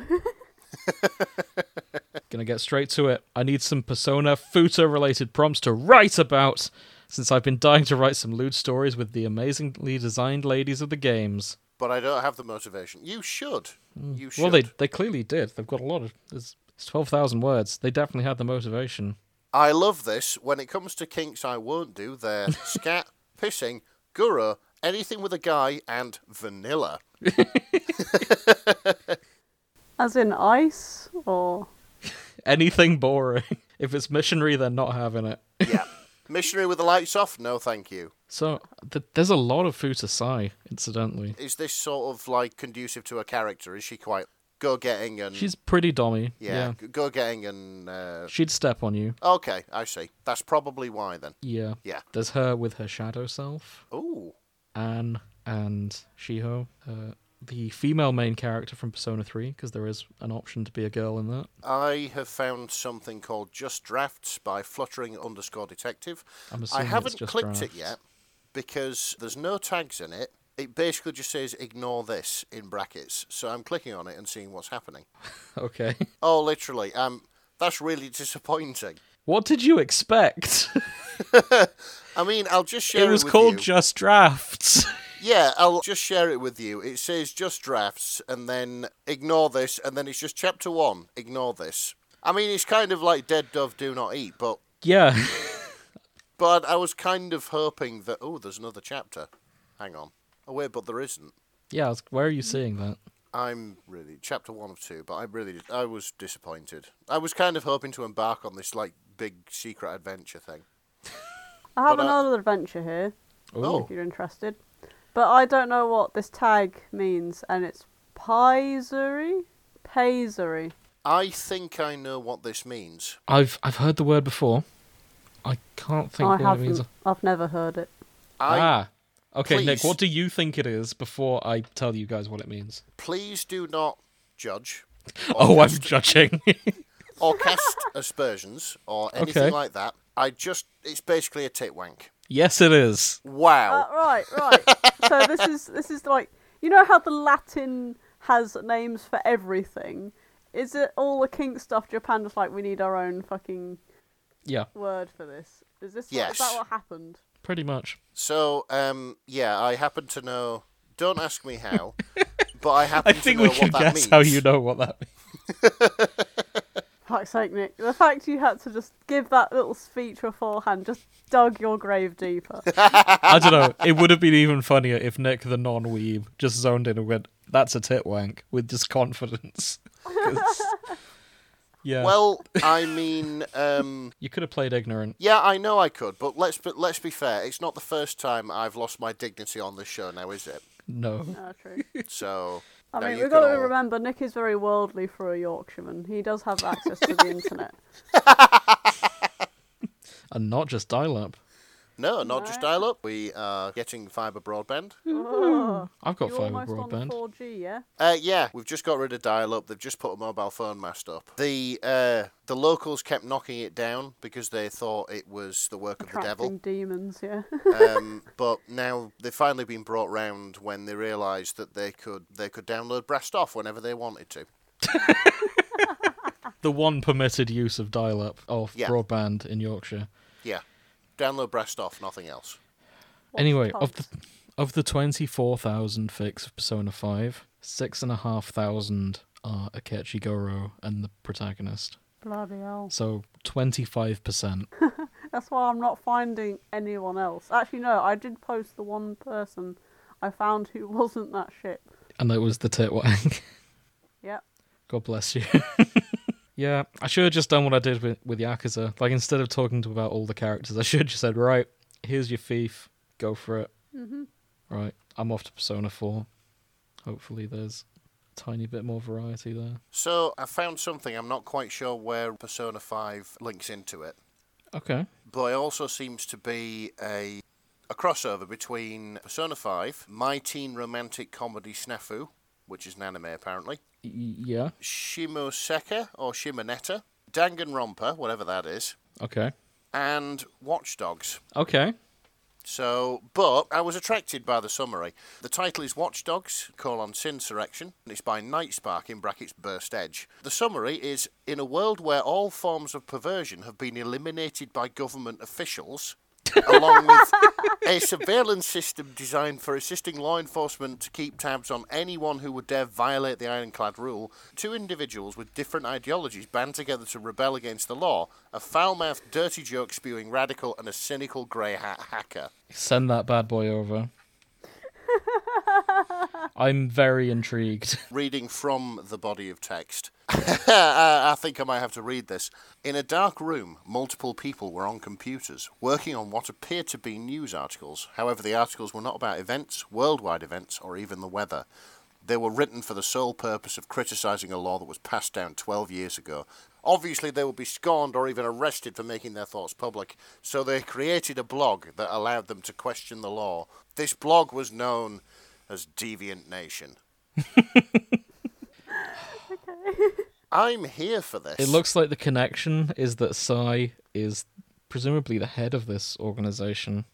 Gonna get straight to it. I need some Persona Futa related prompts to write about, since I've been dying to write some lewd stories with the amazingly designed ladies of the games. But I don't have the motivation. You should. Hmm. You should. Well, they they clearly did. They've got a lot of. There's, it's twelve thousand words. They definitely had the motivation. I love this. When it comes to kinks, I won't do. They're scat, pissing, guru, anything with a guy, and vanilla. As in ice or Anything boring. If it's missionary, they're not having it. Yeah. Missionary with the lights off? No, thank you. So th- there's a lot of futasai, incidentally. Is this sort of like conducive to a character? Is she quite go getting and She's pretty dommy. yeah, go getting and uh, She'd step on you. okay? I see. That's probably why then. Yeah. Yeah. There's her with her shadow self, Ooh. Anne and Shiho, uh, the female main character from Persona 3, because there is an option to be a girl in that. I have found something called Just Drafts by Fluttering underscore Detective. I'm I assuming it's haven't just clicked it drafts. yet because there's no tags in it. It basically just says ignore this in brackets. So I'm clicking on it and seeing what's happening. Okay. Oh, literally. Um, that's really disappointing. What did you expect? I mean, I'll just share it, it was with called you. Just Drafts. Yeah, I'll just share it with you. It says just drafts and then ignore this and then it's just chapter 1, ignore this. I mean, it's kind of like Dead Dove Do Not Eat, but yeah. But I was kind of hoping that oh, there's another chapter. Hang on. Oh wait, but there isn't. Yeah, I was- where are you seeing that? I'm really chapter one of two, but I really I was disappointed. I was kind of hoping to embark on this like big secret adventure thing. I have But, uh, another adventure here Oh. if you're interested. But I don't know what this tag means and it's Paisery? Paisery. I think I know what this means. I've I've heard the word before. I can't think I what it means. haven't I've never heard it. I ah. Okay, Nick, Please. what do you think it is before I tell you guys what it means? please do not judge or Oh, I'm cast- judging. or cast aspersions or anything Okay. like that. I just it's basically a tit wank. yes, it is. Uh, Oh. Wow. right, right. so this is this is like you know how the Latin has names for everything. Is it all the kink stuff? Japan just like we need our own fucking Yeah, word for this. Is this what, is Yes. that what happened? pretty much. So um yeah, I happen to know don't ask me how, but I happen I to think know we what can that guess means. how you know what that means. Fuck's sake, Nick. The fact you had to just give that little speech beforehand just dug your grave deeper. I don't know. It would have been even funnier if Nick, the non-weeb, just zoned in and went, "That's a tit wank," with just confidence. 'Cause- yeah. Well, I mean, um, you could have played ignorant. yeah, I know I could, but let's but let's be fair. It's not the first time I've lost my dignity on this show, now is it? No. Ah, true. So I now mean, you we've got can to all- remember Nick is very worldly for a Yorkshireman. He does have access to the internet. And not just dial-up. No, not just dial up. We are getting fibre broadband. Oh, I've got you're fiber almost on broadband. 4G, yeah? Uh, yeah, we've just got rid of dial up. They've just put a mobile phone mast up. The uh, the locals kept knocking it down because they thought it was the work of the devil. Attracting demons, yeah. um, but now they've finally been brought round when they realised that they could they could download Brast off whenever they wanted to. The one permitted use of dial-up of Yeah. broadband in Yorkshire. Yeah, download Brast off, nothing else. anyway, the of the of the twenty-four thousand fix of Persona Five, six and a half thousand are Akechi Goro and the protagonist. Bloody hell. So twenty-five percent. That's why I'm not finding anyone else. Actually, no, I did post the one person I found who wasn't that shit. and that was the titwag. Yep. God bless you. yeah, I should have just done what I did with, with Yakuza. Like, instead of talking to about all the characters, I should have just said, right, here's your thief, go for it. Mm-hmm. Right, I'm off to Persona 4. Hopefully, there's a tiny bit more variety there. So I found something. I'm not quite sure where Persona Five links into it, Okay. but it also seems to be a a crossover between Persona Five, My Teen Romantic Comedy Snafu, which is an anime apparently, Y- yeah. Shimoseka or Shimonetta, Danganronpa, whatever that is, Okay. and Watch Dogs. Okay. So, but I was attracted by the summary. The title is Watch Dogs, colon, Insurrection, and it's by Nightspark, in brackets, Burst Edge. The summary is, in a world where all forms of perversion have been eliminated by government officials, along with a surveillance system designed for assisting law enforcement to keep tabs on anyone who would dare violate the ironclad rule. Two individuals with different ideologies band together to rebel against the law a foul mouthed, dirty joke spewing radical, and a cynical grey hat hacker. Send that bad boy over. I'm very intrigued. reading from the body of text. I I think I might have to read this. In a dark room, multiple people were on computers, working on what appeared to be news articles. However, the articles were not about events, worldwide events, or even the weather. They were written for the sole purpose of criticising a law that was passed down 12 years ago. Obviously, they would be scorned or even arrested for making their thoughts public, so they created a blog that allowed them to question the law. This blog was known as Deviant Nation. I'm here for this. It looks like the connection is that Sai is presumably the head of this organization,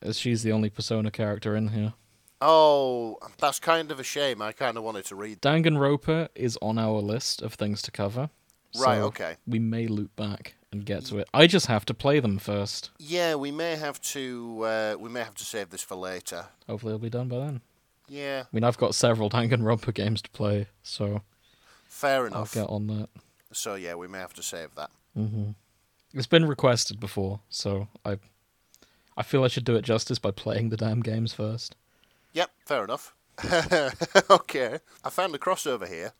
as she's the only persona character in here. Oh, that's kind of a shame. I kind of wanted to read. Danganronpa is on our list of things to cover. so Right, okay. We may loop back and get to it. I just have to play them first. Yeah, we may have to. Uh, we may have to save this for later. Hopefully, it'll be done by then. Yeah, I mean, I've got several Danganronpa games to play, so fair I'll enough. get on that. Mm-hmm. So yeah, we may have to save that. It's been requested before, so I, I feel I should do it justice by playing the damn games first. Yep, fair enough. okay, I found a crossover here.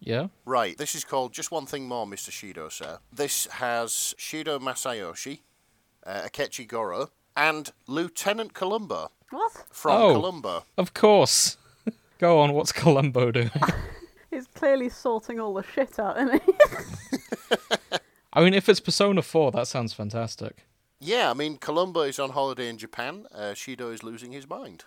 Yeah. Right, this is called Just One Thing More, Mr. Shido, sir. This has Shido Masayoshi, uh, Akechi Goro, and Lieutenant Columbo What? from Oh. Columbo. Of course. Go on, what's Columbo doing? He's clearly sorting all the shit out, isn't he? I mean, if it's Persona 4, that sounds fantastic. Yeah, I mean, Columbo is on holiday in Japan. Uh, Shido is losing his mind.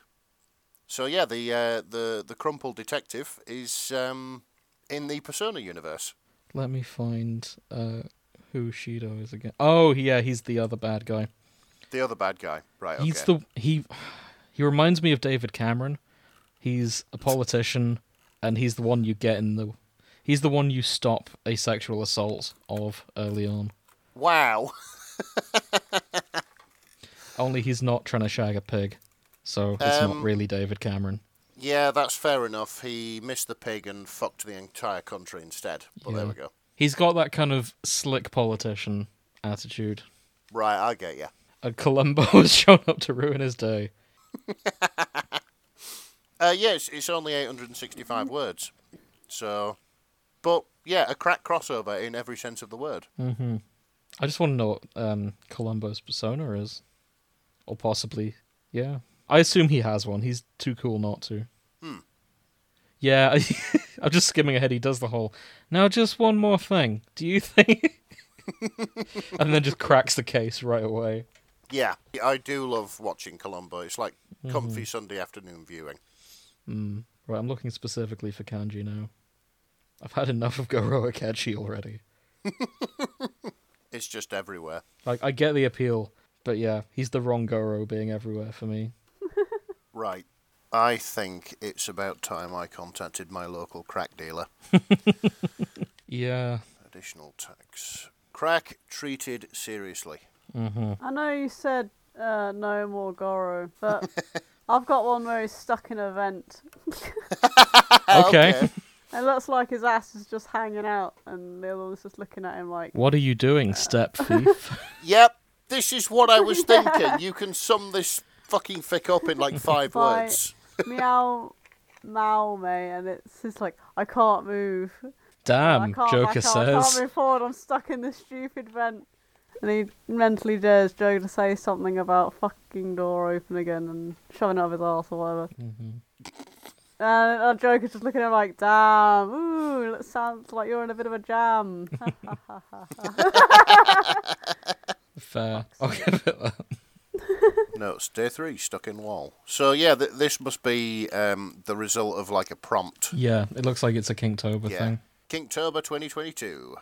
So yeah, the uh, the the crumpled detective is um, in the Persona universe. Let me find uh, who Shido is again. Oh, yeah, he's the other bad guy. The other bad guy, right? Okay. He's the he. He reminds me of David Cameron. He's a politician, and he's the one you get in the. He's the one you stop a sexual assault of early on. Wow. Only he's not trying to shag a pig, so it's not really David Cameron. Yeah, that's fair enough. He missed the pig and fucked the entire country instead. But there Yeah. we go. He's got that kind of slick politician attitude. Right, I get you. and Columbo has shown up to ruin his day. Uh, yeah, it's, it's only 865 words. So, but yeah, a crack crossover in every sense of the word. I just want to know what um, Columbo's persona is, or possibly, yeah. I assume he has one. He's too cool not to. Yeah, I, I'm just skimming ahead. He does the whole. Now, just one more thing. Do you think? and then just cracks the case right away. Yeah, I do love watching Columbo. It's like Mm-hmm. comfy Sunday afternoon viewing. Right, I'm looking specifically for kanji now. I've had enough of Goro Akechi already. It's just everywhere. Like, I get the appeal, but yeah, he's the wrong Goro being everywhere for me. Right. I think it's about time I contacted my local crack dealer. Yeah, Additional tax. Crack treated seriously. I know you said uh, no more Goro, but I've got one where he's stuck in a vent. Okay. It looks like his ass is just hanging out, and the other one's just looking at him like, What are you doing, step thief? Yep, this is what I was thinking. You can sum this fucking fic up in like five Right. words. meow, meow, mate, and it's just like, I can't move. I Damn, can't, I Joker can't, I can't says. move forward, I'm stuck in this stupid vent. And he mentally dares Joe to say something about fucking door open again and shoving it up his arse or whatever. Mm-hmm. And our Joker's just looking at him like, damn, ooh, it sounds like you're in a bit of a jam. Fair. I'll give it that. No, it's day three, stuck in wall. So yeah, th- this must be um, the result of like a prompt. Yeah, it looks like it's a Kingtober Yeah. thing. Kinktober 2022.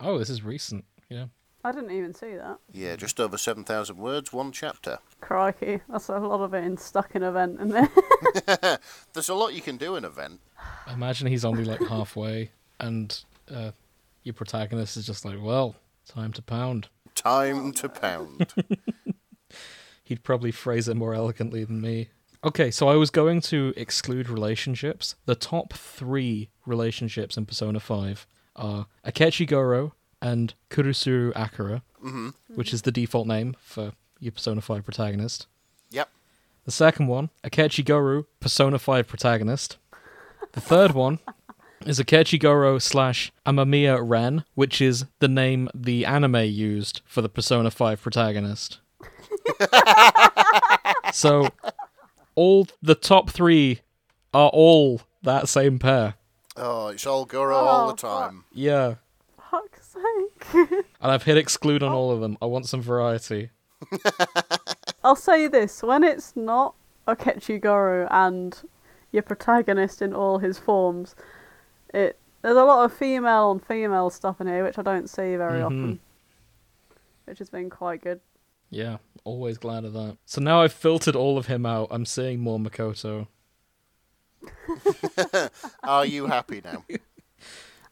Oh, this is recent. Yeah. I didn't even see that. Yeah, just over 7,000 words, one chapter. Crikey, that's a lot of it in stuck in a vent in there. There's a lot you can do in event. Imagine he's only like halfway, and uh, your protagonist is just like, well, time to pound. Time to pound. He'd probably phrase it more elegantly than me. Okay, so I was going to exclude relationships. The top three relationships in Persona 5 are Akechi Goro and Kurusuru Akira, which is the default name for your Persona 5 protagonist. Yep. The second one, Akechi Goro, Persona 5 protagonist. The third one is Akechi Goro slash Amamiya Ren, which is the name the anime used for the Persona 5 protagonist. so, all the top three are all that same pair. Oh, it's all Goro all the Oh, fuck. time. Yeah. Fuck's sake. And I've hit exclude on all of them. I want some variety. I'll say this when it's not Okechi Goro and your protagonist in all his forms, it there's a lot of female and female stuff in here which I don't see very often, which has been quite good. Yeah, always glad of that. So now I've filtered all of him out. I'm seeing more Makoto. Are you happy now?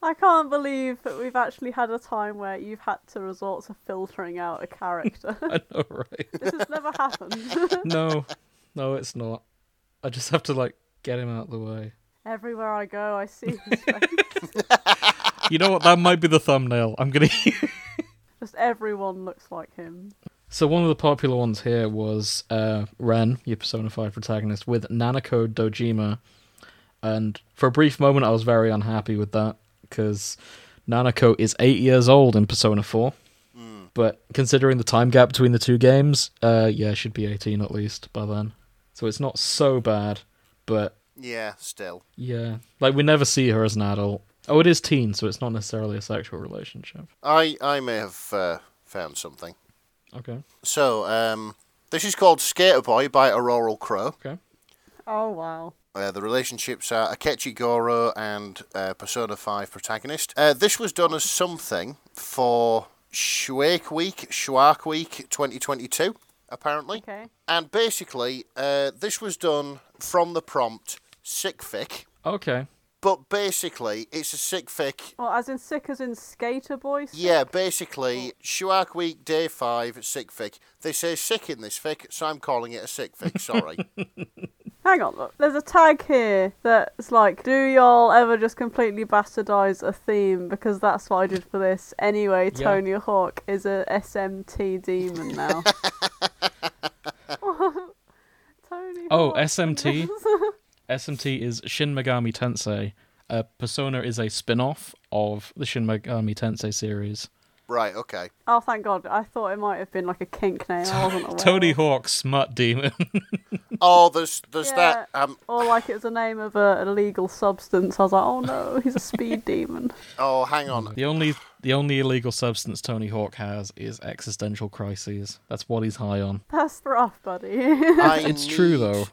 I can't believe that we've actually had a time where you've had to resort to filtering out a character. I know, right? this has never happened. no, no, it's not. I just have to like get him out of the way. Everywhere I go, I see his face. You know what? That might be the thumbnail. I'm gonna. Just everyone looks like him. so one of the popular ones here was uh, Ren, your Persona Five protagonist, with Nanako Dojima, and for a brief moment I was very unhappy with that because Nanako is eight years old in Persona Four. But considering the time gap between the two games, uh, yeah, should be 18 at least by then. So it's not so bad, but yeah, still. Yeah. Like we never see her as an adult. Oh, it is teen, so it's not necessarily a sexual relationship. I I may have uh, found something. Okay. So, um, this is called Skater Boy by Auroral Crow. Okay. Oh wow. Uh, the relationships are Akechi Goro and uh, Persona 5 protagonist. Uh, this was done as something for Shuake Week, Shuark Week 2022, apparently. Okay. And basically, uh, this was done from the prompt sick fic, Okay. but basically, it's a sick fic. Well, as in sick as in skater boy. sick? Yeah, basically, Shuark Week, day five, sick fic. They say sick in this fic, so I'm calling it a sick fic, sorry. Hang on, look. There's a tag here that's like, do y'all ever just completely bastardize a theme? Because that's what I did for this. Anyway, Yeah. Tony Hawk is a SMT demon now. Tony Oh, Hawk. SMT. SMT is Shin Megami Tensei. Uh, Persona is a spin-off of the Shin Megami Tensei series. right, okay. oh, thank God. I thought it might have been like a kink name. I wasn't aware. Tony Hawk Smut Demon. Oh, there's there's Yeah. that. Um, Or like it was the name of a, an illegal substance. I was like, oh no, he's a speed demon. oh, hang on. the only the only illegal substance Tony Hawk has is existential crises. That's what he's high on. That's rough, buddy. I It's true need though.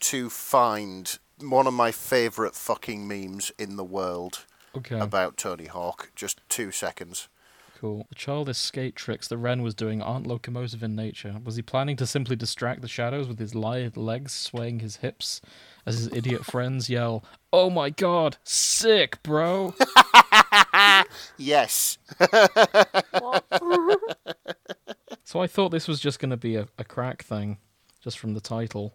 To find one of my favourite fucking memes in the world Okay. about Tony Hawk. Just two seconds. Cool. The childish skate tricks that Ren was doing aren't locomotive in nature. Was he planning to simply distract the shadows with his lithe legs swaying his hips as his idiot friends yell, Oh my god, sick, bro? Yes. What? so I thought this was just going to be a, a crack thing, just from the title.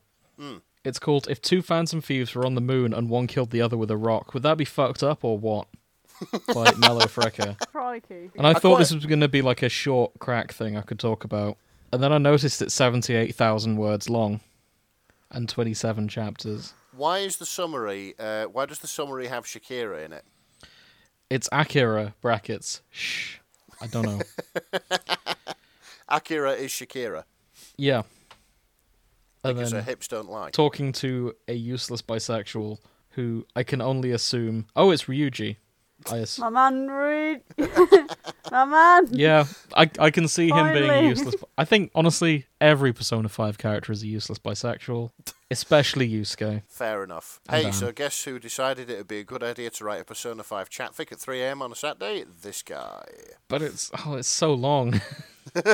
It's called If Two Phantom Thieves Were on the Moon and One Killed the Other with a Rock, Would That Be Fucked Up or What? By Mellow Frecker. Crikey. And I, I thought quite- this was going to be like a short crack thing I could talk about. And then I noticed it's 78,000 words long and 27 chapters. Why is the summary? Uh, why does the summary have Shakira in it? It's Akira brackets. Shh. I don't know. Akira is Shakira yeah. And because her then hips don't lie. talking to a useless bisexual who I can only assume. Oh, it's Ryuji. I ass- My man, Rude. My man. yeah, I, I can see him being a Finally. useless. bi- I think, honestly, every Persona 5 character is a useless bisexual, especially Yusuke. Fair enough. Hey, Um, so guess who decided it would be a good idea to write a Persona 5 chatfic at 3 a.m. on a Saturday? This guy. But it's oh, it's so long.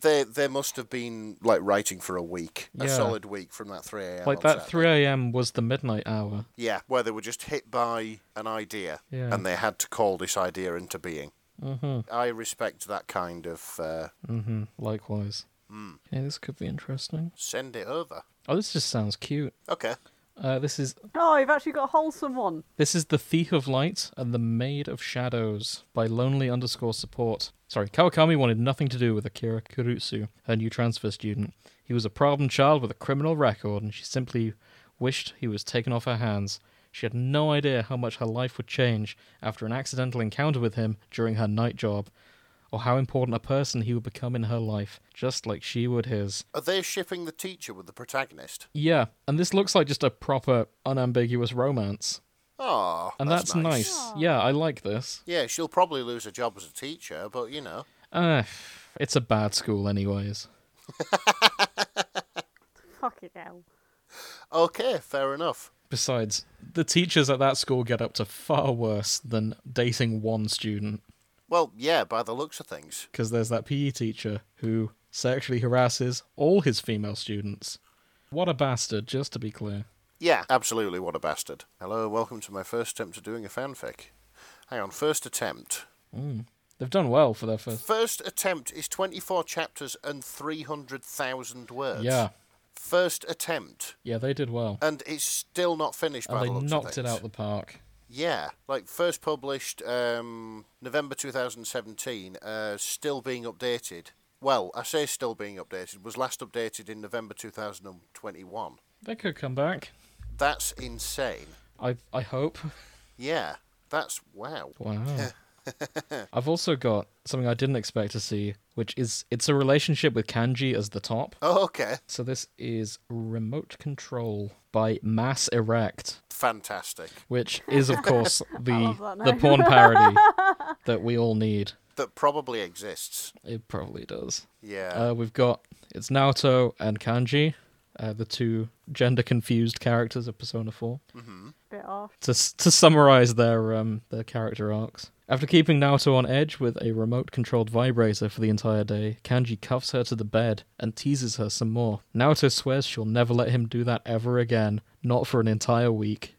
They they must have been like writing for a week, a Yeah. solid week from that 3 a.m. like on that Saturday. 3 a.m. was the midnight hour. Yeah, where they were just hit by an idea Yeah. and they had to call this Mm-hmm. idea into being. I respect that kind of. Uh, hmm Mm-hmm. Likewise. Okay, this could be interesting. Send it over. Oh, this just sounds cute. Okay. Uh, this is Oh, you've actually got a wholesome one. this is the Thief of Light and the Maid of Shadows by Lonely underscore Support. Sorry, Kawakami wanted nothing to do with Akira Kurutsu, her new transfer student. He was a problem child with a criminal record, and she simply wished he was taken off her hands. She had no idea how much her life would change after an accidental encounter with him during her night job, or how important a person he would become in her life, just like she would his. Are they shipping the teacher with the protagonist? Yeah, and this looks like just a proper, unambiguous romance. Oh, And that's, nice. Yeah, I like this. Yeah, she'll probably lose her job as a teacher, but you know. Uh, it's a bad school, anyways. Fucking hell. Okay, fair enough. Besides, the teachers at that school get up to far worse than dating one student, Well, yeah, by the looks of things. because there's that PE teacher who sexually harasses all his female students. What a bastard, just to be clear. Yeah, absolutely, what a bastard. Hello, welcome to my first attempt at doing a fanfic. Hang on, first attempt. They've done well for their first. First attempt is 24 chapters and 300,000 words. Yeah, First attempt. yeah, they did well. And it's still not finished And by they the looks of knocked it things. out the park. Yeah, like first published um, November 2017, uh, still being updated. Well, I say still being updated, was last updated in November 2021. They could come back. That's insane. I I hope. Yeah, that's wow. Wow. I've also got something I didn't expect to see, which is it's a relationship with kanji as the top. Oh, okay, So this is Remote Control by Mass Erect, fantastic. which is of course love the that the name. porn parody that we all need. That probably exists. It probably does. Yeah. Uh, we've got it's Naoto and Kanji, uh, the two gender confused characters of Persona 4. Bit off. to to summarize their um their character arcs. After keeping Naoto on edge with a remote-controlled vibrator for the entire day, Kanji cuffs her to the bed and teases her some more. Naoto swears she'll never let him do that ever again, not for an entire week.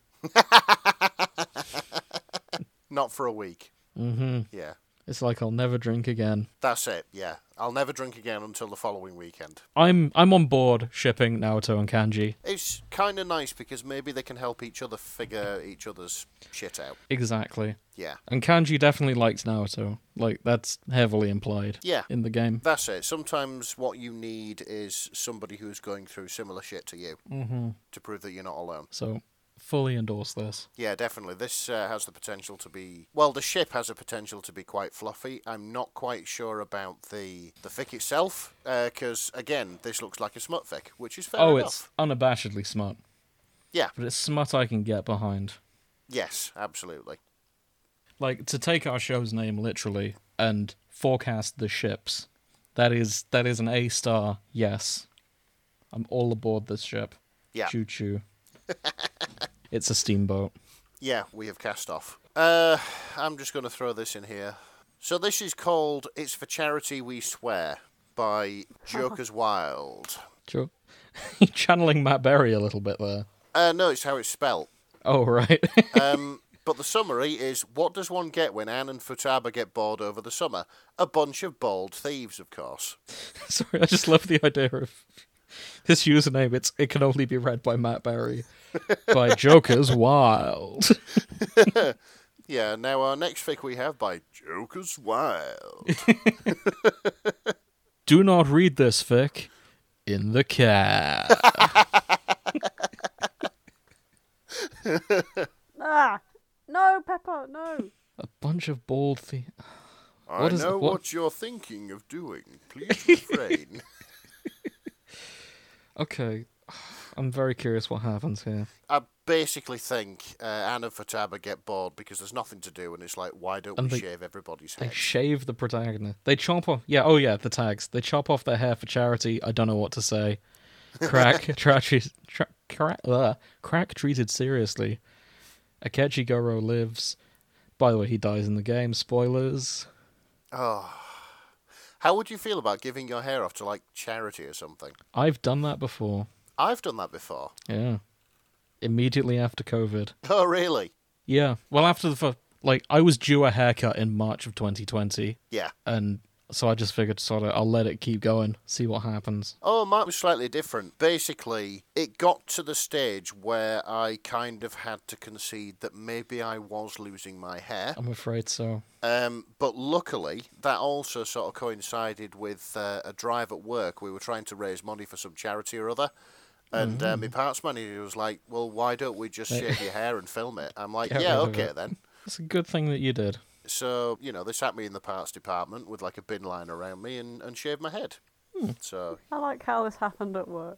Not for a week. Mm-hmm. Yeah, It's like I'll never drink again. that's it. Yeah, I'll never drink again until the following weekend. I'm I'm on board shipping Naoto and Kanji. It's kind of nice because maybe they can help each other figure each other's shit out. Exactly. Yeah. And Kanji definitely likes Naoto. Like that's heavily implied Yeah. in the game. That's it. Sometimes what you need is somebody who's going through similar shit to you Mm-hmm. to prove that you're not alone. So fully endorse this. Yeah, definitely. This uh, has the potential to be well. The ship has a potential to be quite fluffy. I'm not quite sure about the the fic itself because again, this looks like a smut fic, which is fair oh, enough. it's unabashedly smart. Yeah. But it's smut I can get behind. Yes, absolutely. like to take our show's name literally and forecast the ships that is that is an a star yes i'm all aboard this ship Yeah. choo choo it's a steamboat Yeah, we have cast off. Uh, I'm just going to throw this in here. So this is called "It's for Charity We Swear" by Jokers Wild. Sure. channeling matt berry a little bit there Uh, no, it's how it's spelt. oh right Um, but the summary is what does one get when Anne and Futaba get bored over the summer? A bunch of bald thieves, of course. sorry i just love the idea of this username it's it can only be read by matt berry by jokers wild Yeah, now our next fic we have by Joker's Wild. do not read this fic in the cat Ah! No, Pepper, no! a bunch of bald thieves I What is- know what- what... you're thinking of doing. Please refrain. Okay. I'm very curious what happens here. I basically think uh, Anne and Futaba get bored because there's nothing to do, and it's like, why don't And we they- shave everybody's They head? shave the protagonist. They chop off. Yeah, oh yeah, the tags. They chop off their hair for charity. I don't know what to say. Crack, tra- tra- crack, ugh. crack treated seriously. Akechi Goro lives. By the way, he dies in the game. Spoilers. Ah. How would you feel about giving your hair off to like charity or something? I've done that before. I've done that before. Yeah. Immediately after COVID. Oh, really? Yeah. Well, after the. fir- Like, I was due a haircut in March of 2020. Yeah. and So I just figured, sort of, I'll let it keep going, see what happens. Oh, mine was slightly different. Basically, it got to the stage where I kind of had to concede that maybe I was losing my hair. I'm afraid so. Um, but luckily, that also sort of coincided with uh, a drive at work. We were trying to raise money for some charity or other. And uh, my Mm. parts manager was like, Well, why don't we just shave your hair and film it? I'm like, Get Yeah, rid of okay it." then. It's a good thing that you did. So, you know, they sat me in the parts department with like a bin line around me and, and shaved my head. Hmm. So, I like how this happened at work.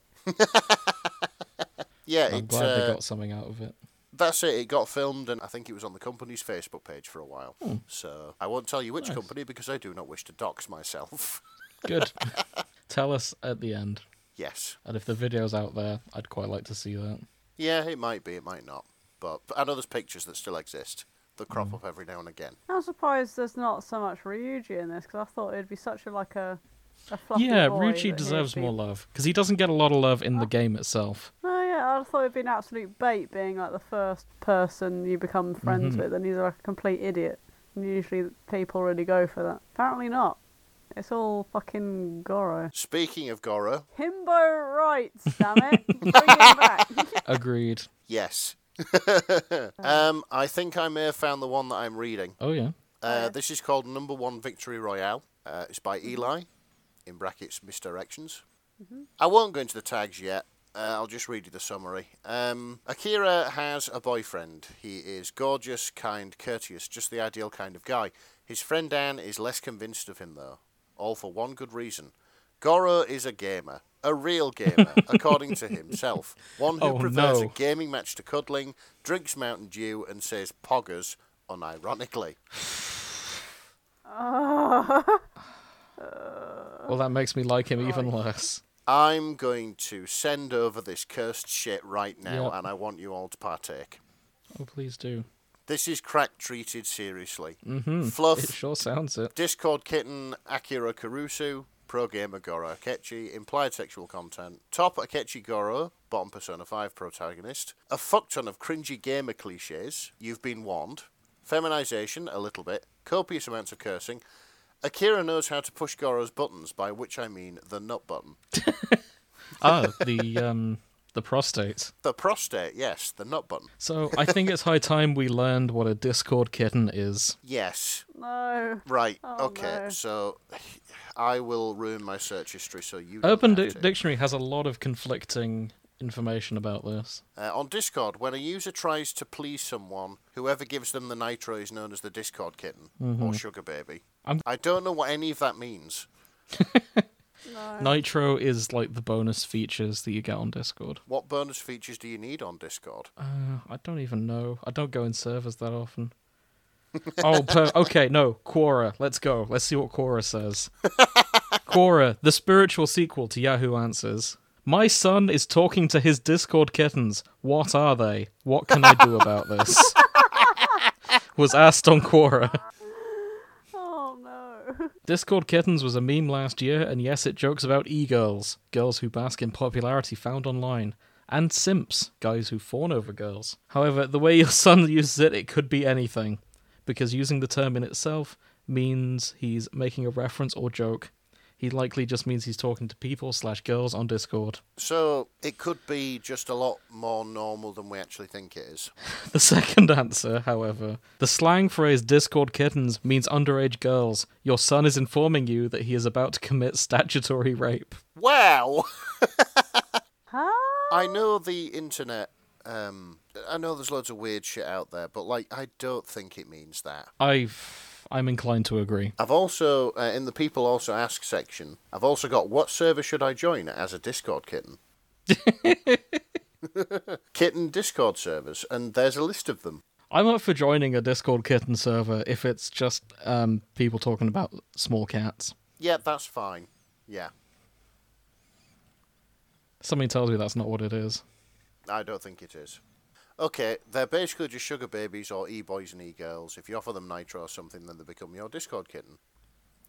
yeah, I'm it, glad uh, they got something out of it. that's it. It got filmed, and I think it was on the company's Facebook page for a while. So I won't tell you which company because I do not wish to dox myself. Good. Tell us at the end. yes. And if the video's out there, I'd quite like to see that. Yeah, it might be, it might not. But, but I know there's pictures that still exist that crop up every now and again. I'm surprised there's not so much Ryuji in this because I thought it'd be such a like a, a fluffy yeah, boy that Ruchi he'd deserves be- more love because he doesn't get a lot of love in the game itself. No, Oh, yeah, I thought it'd be an absolute bait being like the first person you become Mm-hmm. friends with, and he's like a complete idiot. And usually people really go for that. Apparently not. It's all fucking Goro. Speaking of Goro, Himbo rights, damn it! Bring him back. Agreed. yes. um, I think I may have found the one that I'm reading. Oh yeah. Mm-hmm. Uh, this is called Number One Victory Royale. Uh, it's by Eli, in brackets, Misdirections. I won't go into the tags yet. Uh, I'll just read you the summary. Um, Akira has a boyfriend. He is gorgeous, kind, courteous, just the ideal kind of guy. His friend Anne is less convinced of him, though. All for one good reason. Goro is a gamer. A real gamer, according to himself. One who Oh, prefers no. a gaming match to cuddling, drinks Mountain Dew, and says poggers, unironically. Well, that makes me like him even less. I'm going to send over this cursed shit right now, Yep. and I want you all to partake. Oh, please do. This is crack treated seriously. Mm-hmm. It Fluff, sure sounds it. Discord Kitten, Akira Karusu, Pro Gamer Goro Akechi, implied sexual content, top Akechi Goro, bottom Persona 5 protagonist, a fuckton of cringy gamer cliches, you've been warned, feminization, a little bit, copious amounts of cursing. Akira knows how to push Goro's buttons, by which I mean the nut button. Oh, the um, the prostate. The prostate, yes, the nut button. So I think it's high time we learned what a Discord kitten is. Yes. No. Right. Oh, okay. no. So I will ruin my search history so you. don't Urban have Dic to. Dictionary has a lot of conflicting information about this. Uh, on Discord, when a user tries to please someone, whoever gives them the nitro is known as the Discord kitten or sugar baby. I'm- I don't know what any of that means. Nitro is like the bonus features that you get on Discord. What bonus features do you need on Discord? Uh, I don't even know. I don't go in servers that often. oh, per- okay, no, Quora. Let's go. Let's see what Quora says. Quora, the spiritual sequel to Yahoo Answers. My son is talking to his Discord kittens. What are they? What can I do about this? was asked on Quora. Oh no. Discord Kittens was a meme last year, and yes, it jokes about e girls, girls who bask in popularity found online, and simps, guys who fawn over girls. However, the way your son uses it, it could be anything, because using the term in itself means he's making a reference or joke. He likely just means he's talking to people slash girls on Discord. So it could be just a lot more normal than we actually think it is. The second answer, however, the slang phrase Discord kittens means underage girls. Your son is informing you that he is about to commit statutory rape. Wow. Huh? I know the internet. Um, I know there's loads of weird shit out there, but like, I don't think it means that. I've I'm inclined to agree. I've also uh, in the people also ask section. I've also got what server should I join as a Discord kitten? kitten Discord servers, and there's a list of them. I'm up for joining a Discord kitten server if it's just um, people talking about small cats. Yeah, that's fine. Yeah, Something tells me that's not what it is. I don't think it is. Okay, they're basically just sugar babies or e-boys and e-girls. If you offer them nitro or something, then they become your Discord kitten.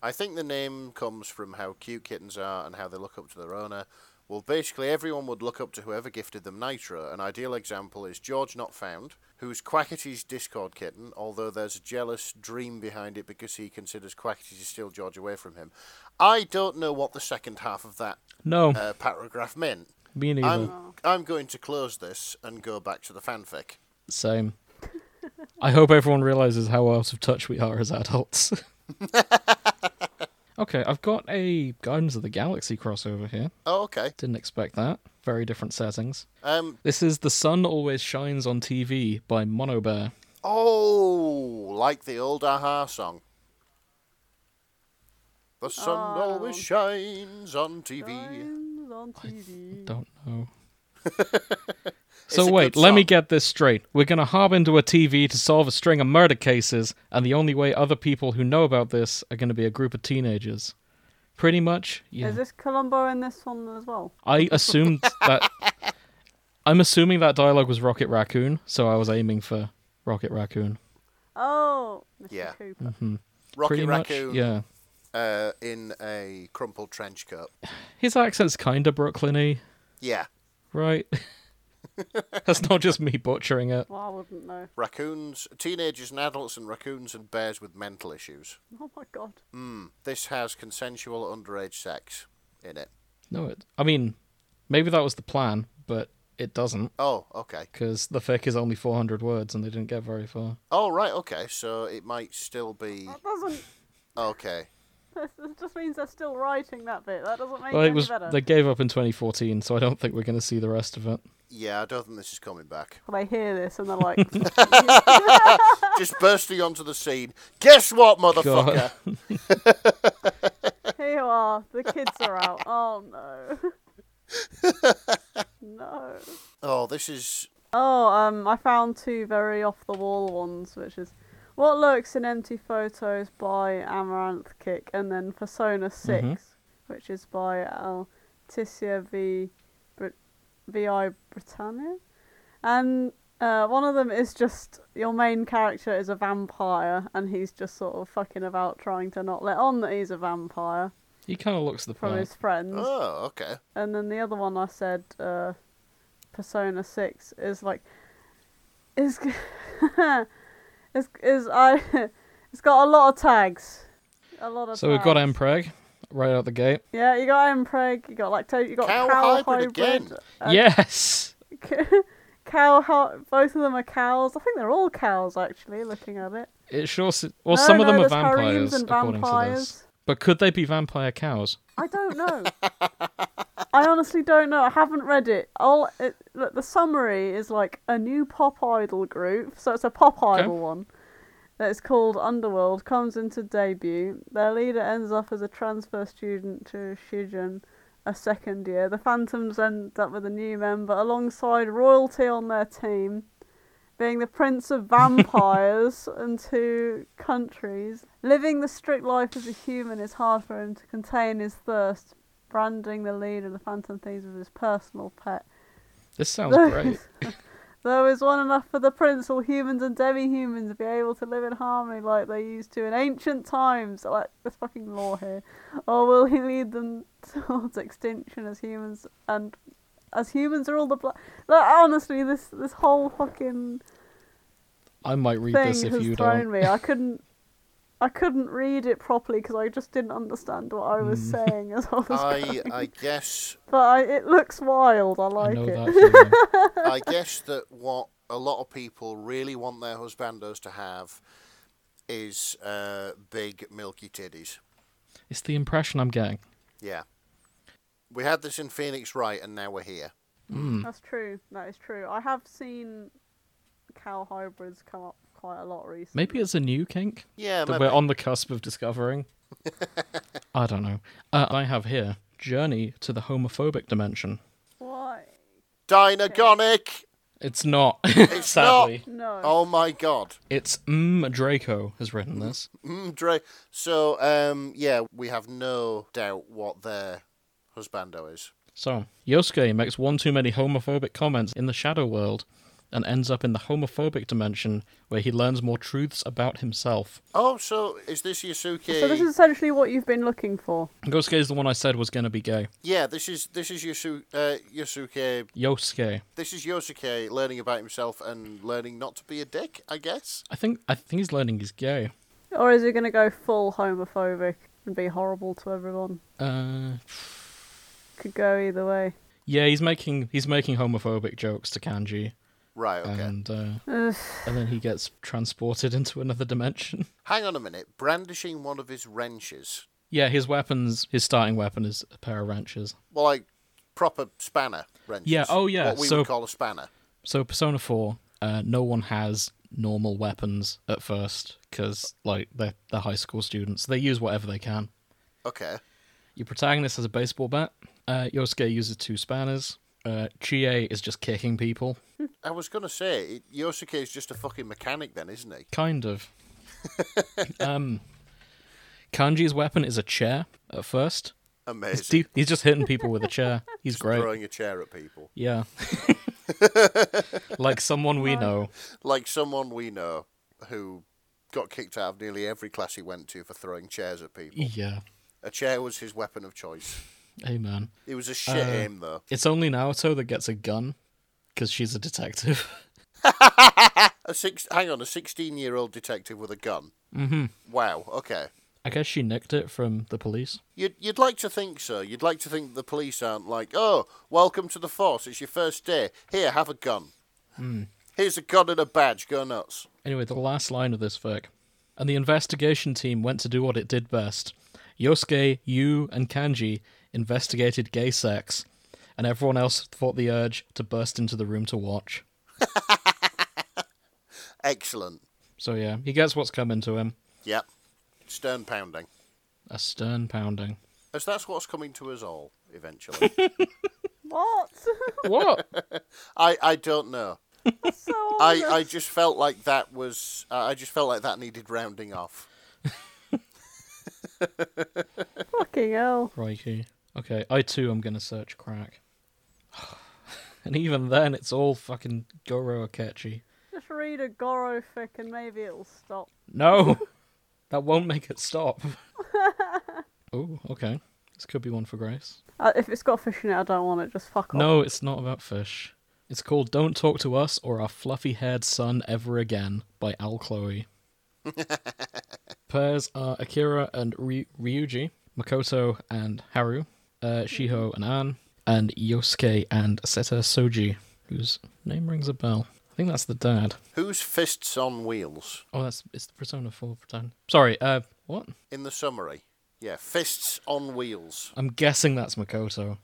I think the name comes from how cute kittens are and how they look up to their owner, Well, basically, everyone would look up to whoever gifted them Nitro. An ideal example is George Not Found, who's Quackity's Discord kitten, although there's a jealous dream behind it because he considers Quackity to steal George away from him. I don't know what the second half of that No, uh, paragraph meant. me neither. I'm, I'm going to close this and go back to the fanfic. Same. I hope everyone realizes how out of touch we are as adults. okay, I've got a Guardians of the Galaxy crossover here. Oh, okay. Didn't expect that. Very different settings. Um, This is The Sun Always Shines on TV by Monobear. oh, like the old Aha song. The sun always shines on TV. Times on TV. Don't know. It's a So good wait, let me song. get this straight. We're gonna hop into a TV to solve a string of murder cases, and the only way other people who know about this are gonna be a group of teenagers. Pretty much, yeah. Is this Columbo in this one as well? I assumed that. I'm assuming that dialogue was Rocket Raccoon, so I was aiming for Rocket Raccoon. Oh, Mr. Yeah. Cooper. Rocky Pretty much, Raccoon yeah. uh, in a crumpled trench coat. His accent's kind of Brooklyn-y, Yeah, right? That's not just me butchering it. Well, I wouldn't know. raccoons, teenagers and adults, and raccoons and bears with mental issues. Oh my god. Mm, this has consensual underage sex in it. No, it, I mean, maybe that was the plan, but it doesn't Oh, okay. because the fic is only 400 words, and they didn't get very far. Oh, right, okay. So it might still be That doesn't. okay. It just means they're still writing that bit. That doesn't make Well, it it any was better. they gave up in 2014, so I don't think we're going to see the rest of it. Yeah, I don't think this is coming back. They hear this and they're like, Just bursting onto the scene. Guess what, motherfucker? here you are. The kids are out. Oh no. no. Oh, this is Oh, um, I found two very off the wall ones, which is What Lurks in Empty Photos by Amaranth Kick, and then Persona 6, which is by Alticia V. Brit- VI Britannia. And uh, one of them is just your main character is a vampire, and he's just sort of fucking about trying to not let on that he's a vampire He kind of looks the from part. his friends. Oh, okay. And then the other one I said, uh, Persona Six is like, is, is is I, it's got a lot of tags, a lot of. So we've got tags. Mpreg right out the gate. Yeah, you got Mpreg, you got like you got Cow cow, hybrid again. Uh, yes. cow, hy- both of them are cows. I think they're all cows actually. Looking at it, It sure. Se- well, No, some of no, them are there's harems vampires, and according to this. vampires. But could they be vampire cows? I don't know. I honestly don't know. I haven't read it. All it, look, the summary is like a new pop idol group, so it's a pop idol one. That is called Underworld comes into debut. Their leader ends up as a transfer student to Shijun, a second year. The Phantoms end up with a new member alongside royalty on their team, being the prince of vampires and two countries. Living the strict life as a human is hard for him to contain his thirst, branding the leader of the Phantom Thieves with his personal pet. This sounds great. There is one enough for the prince, all humans and demi-humans to be able to live in harmony like they used to in ancient times. Like there's fucking law here. Or will he lead them towards extinction as humans and as humans are all the black? Like honestly, this this whole fucking I might read thing this if uh, has you thrown don't. me. I couldn't. I couldn't read it properly because I just didn't understand what I was Mm. saying as I was. I I guess But I, it looks wild. I like I know it. that. Feeling. I guess that what a lot of people really want their husbandos to have is uh, big milky titties. it's the impression I'm getting. Yeah. We had this in Phoenix Wright and now we're here. Mm. That's true. That is true. I have seen cow hybrids come up quite a lot recently. Maybe it's a new kink Yeah, that maybe. we're on the cusp of discovering. I don't know. Uh, I have here Journey to the Homophobic Dimension. Why? Dynagonic! It's not. not. sadly. No. Oh my god. It's M. Draco has written this. Mm, Dre. So, um, yeah, we have no doubt what their husbando is. So, Yosuke makes one too many homophobic comments in the Shadow World, and ends up in the homophobic dimension where he learns more truths about himself. Oh, so is this Yasuke? So this is essentially what you've been looking for. Gosuke is the one I said was going to be gay. Yeah, this is this is Yasu, uh, Yasuke. Yosuke. This is Yosuke learning about himself and learning not to be a dick. I guess. I think I think he's learning he's gay. Or is he going to go full homophobic and be horrible to everyone? Uh, Could go either way. yeah, he's making he's making homophobic jokes to Kanji, Right. Okay. and uh, Ugh. and then he gets transported into another dimension. Hang on a minute. Brandishing one of his wrenches. Yeah, his weapons, his starting weapon is a pair of wrenches. Well, like proper spanner wrenches. Yeah, oh, yeah, What we so- would call a spanner. So Persona 4, uh, no one has normal weapons at first because like they're, they're high school students. They use whatever they can. Okay. Your protagonist has a baseball bat. Uh, Yosuke uses two spanners. Uh, Chie is just kicking people, I was gonna say it- Yosuke is just a fucking mechanic, then, isn't he? kind of. um, Kanji's weapon is a chair at first. Amazing. He's, de- he's just hitting people with a chair. He's Just great. Throwing a chair at people, Yeah. like someone we know. like someone we know who got kicked out of nearly every class he went to for throwing chairs at people. Yeah. A chair was his weapon of choice. Amen. It was a shit aim, though. It's only Naoto that gets a gun because she's a detective. A six, hang on, a sixteen-year-old detective with a gun. Mhm. Wow. Okay. I guess she nicked it from the police. You'd you'd like to think so. You'd like to think the police aren't like, oh, welcome to the force. It's your first day. Here, have a gun. Here's a gun and a badge. Go nuts. Anyway, the last line of this fic. And the investigation team went to do what it did best. Yosuke, you, and Kanji investigated gay sex, and everyone else fought the urge to burst into the room to watch. Excellent. So yeah, he gets what's coming to him. Yep. Stern pounding. A stern pounding. As that's what's coming to us all eventually. What? What? I, I don't know. so I, ominous. I just felt like that was I I just felt like that needed rounding off. Fucking hell. Crikey. Okay, I too am gonna search crack. and even then, it's all fucking Goro Akechi. Just read a Goro fic and maybe it'll stop. No, that won't make it stop. oh, okay. This could be one for Grace. Uh, if it's got fish in it, I don't want it. Just fuck off. No, it's not about fish. It's called "Don't Talk to Us or Our Fluffy Haired Son Ever Again" by Al Chloe. Pairs are Akira and Ry- Ryuji, Makoto and Haru, uh, Shiho and Anne, and Yosuke and Seta Soji, whose name rings a bell. I think that's the dad. Whose fists on wheels? Oh, that's it's the Persona Four pretend. Sorry, uh, what? In the summary. Yeah, fists on wheels. I'm guessing that's Makoto.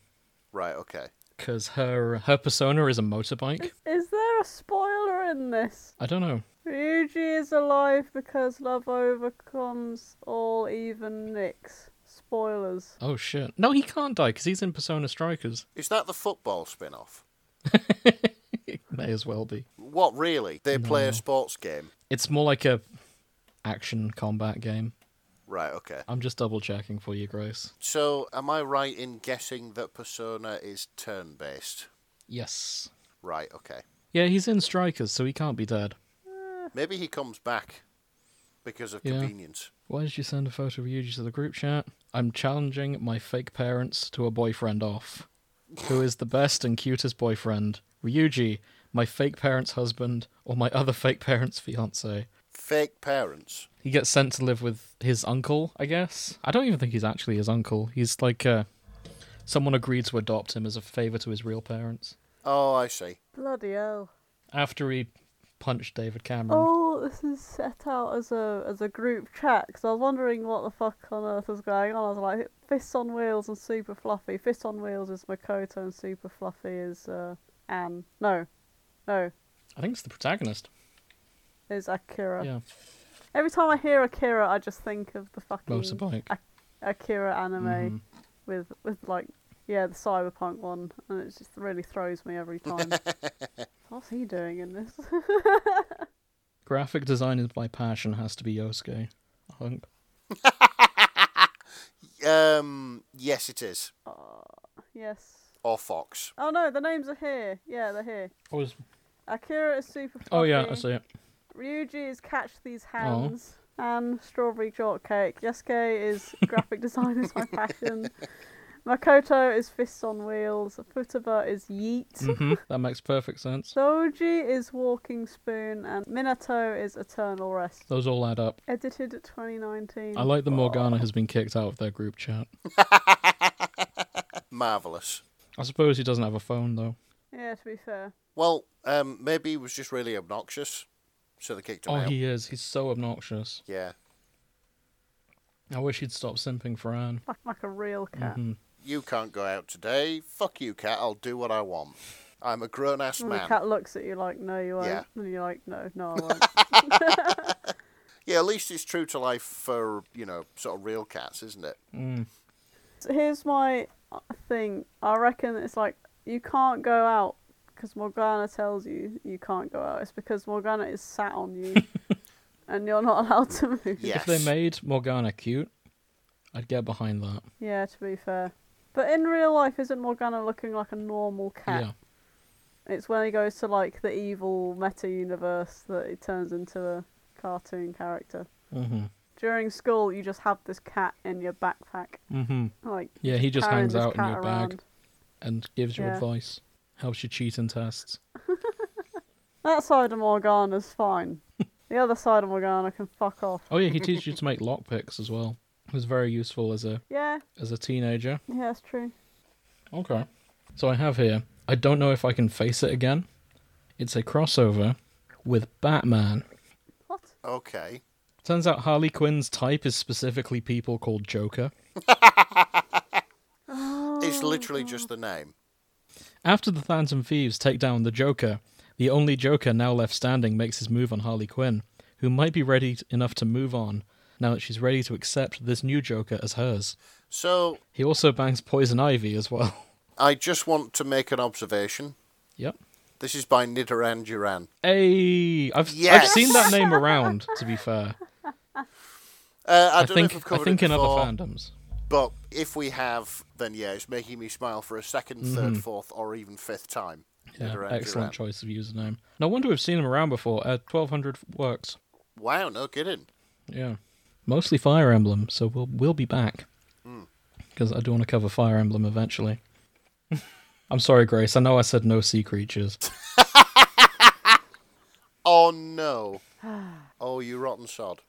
Right, okay. because her her persona is a motorbike. Is there a spoiler in this? I don't know. Ryuji is alive because love overcomes all even nicks. Spoilers. Oh shit! No, he can't die because he's in Persona Strikers. Is that the football spin off? It may as well be. What really? They play a sports game. It's more like a action combat game. Right, okay. I'm just double checking for you, Grace. So am I right in guessing that persona is turn based? Yes. Right, okay. Yeah, he's in Strikers, so he can't be dead. Maybe he comes back because of Yeah. convenience. Why did you send a photo of Yuji to the group chat? I'm challenging my fake parents to a boyfriend off. Who is the best and cutest boyfriend? Ryuji, my fake parents' husband, or my other fake parents' fiance? Fake parents. he gets sent to live with his uncle, I guess. I don't even think he's actually his uncle. He's like uh, someone agreed to adopt him as a favor to his real parents. Oh, I see. Bloody hell. After he punched David Cameron. Oh, this is set out as a as a group chat because I was wondering what the fuck on earth was going on. I was like, Fists on Wheels and Super Fluffy. Fists on Wheels is Makoto and Super Fluffy is uh, Anne. No, no, I think it's the protagonist. is Akira. Yeah, Every time I hear Akira, I just think of the fucking motorbike. Akira anime Mm-hmm. with with like yeah the cyberpunk one, and it just really throws me every time. What's he doing in this? Graphic design is my passion. Has to be Yosuke. Hunk. Um, yes, it is. yes. Or Fox. Oh no, the names are here. Yeah, they're here. Oh, is Akira is super fluffy. Oh yeah, I see Oh. it. Ryuji is catch these hands. And strawberry shortcake. Yesuke is graphic design is my passion. Makoto is fists on wheels. Futaba is yeet. hmm That makes perfect sense. Soji is walking spoon. And Minato is eternal rest. Those all add up. Edited 2019. I like that Morgana has been kicked out of their group chat. Marvellous. I suppose he doesn't have a phone though. Yeah, to be fair. Well, um, maybe he was just really obnoxious, so they kicked him Oh, out. he is. He's so obnoxious. Yeah. I wish he'd stop simping for Anne. Like, like a real cat. Mhm. You can't go out today. Fuck you, cat. I'll do what I want. I'm a grown ass And the man. cat looks at you like, no, you won't. Yeah. And you're like, no, no, I won't. Yeah, at least it's true to life for, you know, sort of real cats, isn't it? Mm. So here's my uh, thing. I reckon it's like you can't go out because Morgana tells you you can't go out. It's because Morgana is sat on you and you're not allowed to move. Yeah. If they Yes. made Morgana cute, I'd get behind that. Yeah, to be fair. But in real life, isn't Morgana looking like a normal Yeah. cat? It's when he goes to like the evil meta universe that it turns into a cartoon character. Mm-hmm. During school, you just have this cat in your backpack, Mm-hmm. like Yeah, he just carrying hangs this out in cat your around. bag and gives you Yeah. advice, helps you cheat in tests. That side of Morgana's fine. the other side of Morgana can fuck off. Oh yeah, he teaches you to make lockpicks as well. It was very useful as a Yeah, as a teenager. yeah, that's true. Okay. So I have here. I don't know if I can face it again. It's a crossover with Batman. What? Okay. Turns out Harley Quinn's type is specifically people called Joker. It's literally just the name. After the Phantom Thieves take down the Joker, the only Joker now left standing makes his move on Harley Quinn, who might be ready t- enough to move on now that she's ready to accept this new Joker as hers. So, He also bangs Poison Ivy as well. I just want to make an observation. yep. This is by Nidoran Duran. Hey, I've Yes! I've seen that name around. To be fair, Uh, I, I, don't think know if I've I covered think it in other before, fandoms. but if we have, then yeah, it's making me smile for a 2nd third, fourth, or even fifth time. Mm-hmm. Yeah, Nidoran excellent Duran. choice of username. No wonder we've seen him around before. Uh, Twelve hundred works. Wow, no kidding. Yeah, mostly Fire Emblem. So we'll we'll be back because I do want to cover Fire Emblem eventually. I'm sorry, Grace. I know I said no sea creatures. Oh no. Oh, you rotten sod.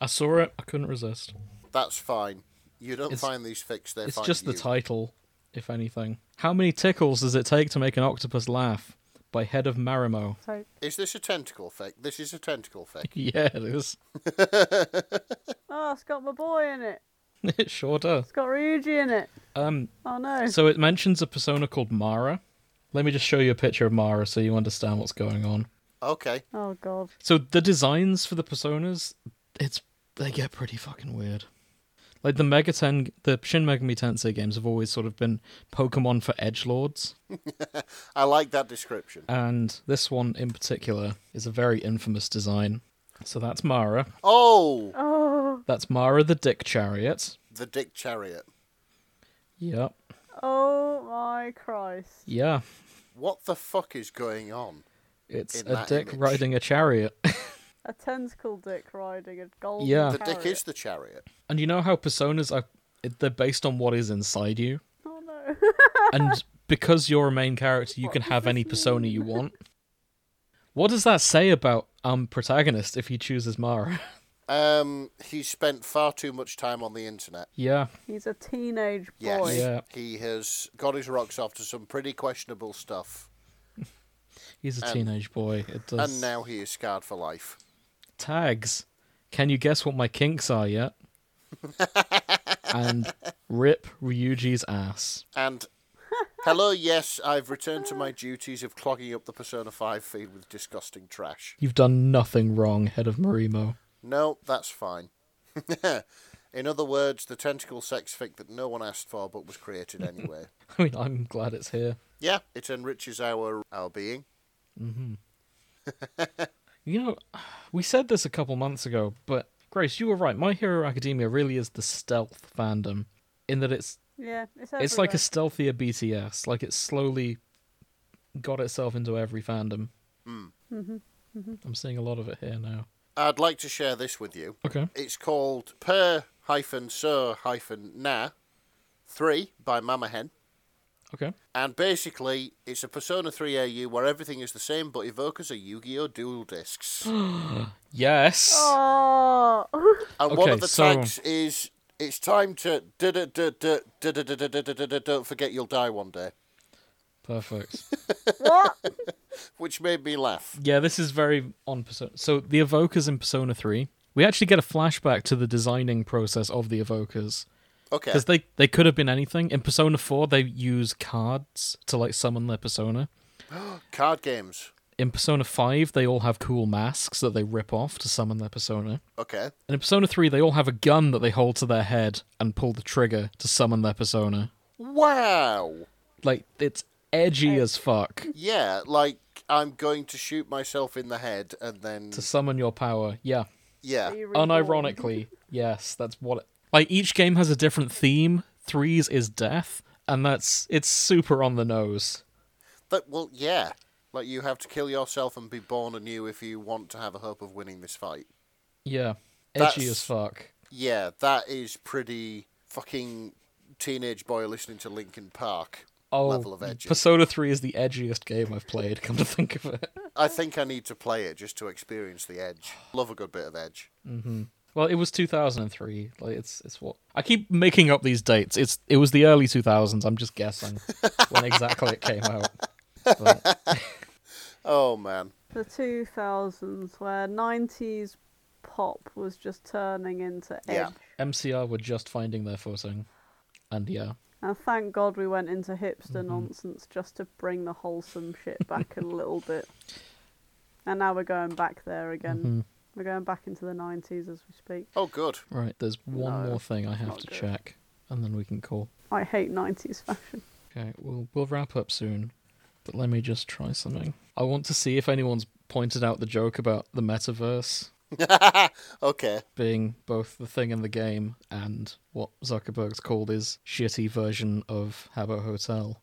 I saw it. I couldn't resist. That's fine. You don't It's- find these fixed. They It's find just the you. title, if anything. How many tickles does it take to make an octopus laugh? By Head of Marimo. So Is this a tentacle fix? This is a tentacle fix. Yeah, it is. oh, it's got my boy in it. It sure does. It's got Ryuji in it. Um, Oh no. so it mentions a persona called Mara. Let me just show you a picture of Mara so you understand what's going on. Okay. oh god. So the designs for the personas, it's they get pretty fucking weird. Like the Mega Ten, the Shin Megami Tensei games have always sort of been Pokemon for edge lords, I like that description. and this one in particular is a very infamous design. So that's Mara. Oh, Oh, That's Mara the Dick Chariot. the dick chariot. Yep. oh my Christ. Yeah. What the fuck is going on? It's In a that dick image. riding a chariot. A tentacle dick riding a golden. Yeah. The carrot. dick is the chariot. and you know how personas are it- they're based on what is inside you. Oh no. and because you're a main character, you can have any persona you want. What does that say about um protagonist if he chooses Mara? Um, he spent far too much time on the internet. yeah, He's a teenage boy. Yes. Yeah. He has got his rocks off to some pretty questionable stuff, he's a And- teenage boy. It does Um, and now he is scarred for life. tags. Can you guess what my kinks are yet? and rip Ryuji's ass. And hello, yes, I've returned to my duties of clogging up the Persona 5 feed with disgusting trash. You've done nothing wrong, head of Marimo. No, that's fine. In other words, the tentacle sex fic that no one asked for but was created anyway. I mean, I'm glad it's here. yeah, it enriches our our being. You know, we said this a couple months ago, but Grace, you were right. My Hero Academia really is the stealth fandom in that it's Yeah. It's, it's like a everywhere. stealthier BTS. Like it's slowly got itself into every fandom. I'm seeing a lot of it here now. I'd like to share this with you. Okay. It's called Per hyphen Sir hyphen Na Three by Mama Hen. Okay. And basically, it's a Persona 3 AU where everything is the same, but evokers are Yu-Gi-Oh! dual discs. and Yes. Oh, one Okay, of the so- tags is "It's time to da da da da da da da da da da da da. Don't forget you'll die one day," Perfect. what? which made me laugh. Yeah, this is very on Persona. So the evokers in Persona 3, we actually get a flashback to the designing process of the evokers Okay, because they they could have been anything. In Persona 4, they use cards to like summon their persona. card games. In Persona 5, they all have cool masks that they rip off to summon their persona. Okay, And in Persona 3, they all have a gun that they hold to their head and pull the trigger to summon their persona. wow. Like it's edgy as fuck Yeah, like I'm going to shoot myself in the head and then to summon your power. Yeah. yeah. Be Oh, reborn. unironically yes that's what it, like each game has a different theme threes is death and that's it's super on the nose But well, yeah. Like you have to kill yourself and be born anew if you want to have a hope of winning this fight. yeah edgy That's- as fuck Yeah, that is pretty fucking teenage boy listening to Linkin Park oh level of edgy. persona 3 is the edgiest game i've played come to think of it I think I need to play it just to experience the edge. Love a good bit of edge. well it was 2003 like it's it's what i keep making up these dates it's it was the early 2000s i'm just guessing when exactly it came out But- Oh man. The 2000s, where 90s pop was just turning into edge. Yeah. mcr were just finding their footing and yeah And thank God we went into hipster Mm-hmm. nonsense just to bring the wholesome shit back a little bit. And now we're going back there again. Mm-hmm. We're going back into the 90s as we speak. Oh good. Right, there's one No, more thing I have not to good. check, and then we can call. I hate 90s fashion. Okay, we'll we'll wrap up soon, but let me just try something. I want to see if anyone's pointed out the joke about the metaverse Okay. being both the thing in the game and what Zuckerberg's called his shitty version of Habbo Hotel.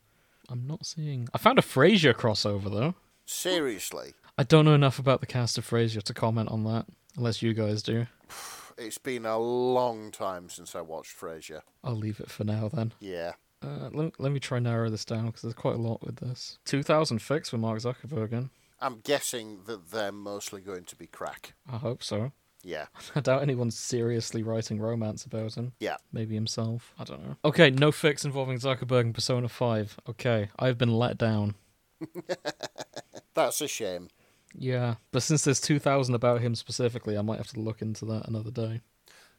I'm not seeing. I found a Frasier crossover though. Seriously. I don't know enough about the cast of Frasier to comment on that, unless you guys do. It's been a long time since I watched Frasier. I'll leave it for now then. Yeah. Uh, let, let me try narrow this down because there's quite a lot with this. 2000 fix with Mark Zuckerberg in. I'm guessing that they're mostly going to be crack. I hope so. Yeah. I doubt anyone's seriously writing romance about him. Yeah. Maybe himself. I don't know. Okay, no fix involving Zuckerberg and Persona 5. Okay, I've been let down. That's a shame. Yeah, but since there's 2000 about him specifically, I might have to look into that another day.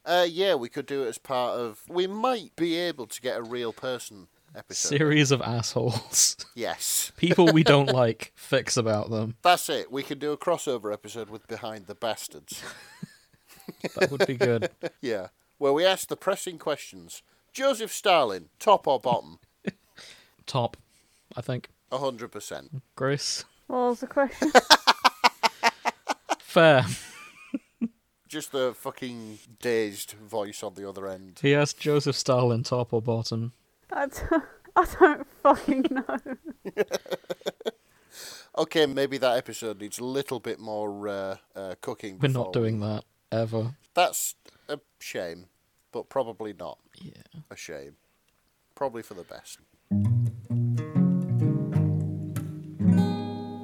Uh, yeah, we could do it as part of. We might be able to get a real person episode. Series of assholes. yes. People we don't like, fix about them. That's it. We can do a crossover episode with Behind the Bastards. That would be good. yeah. Where we ask the pressing questions Joseph Stalin, top or bottom? Top, I think. 100%. Grace? What was the question? Fair. Just the fucking dazed voice on the other end. He asked Joseph Stalin top or bottom. I don't, I don't fucking know. Okay, maybe that episode needs a little bit more uh, uh, cooking. We're before not we- doing that ever. That's a shame, but probably not Yeah. a shame. Probably for the best.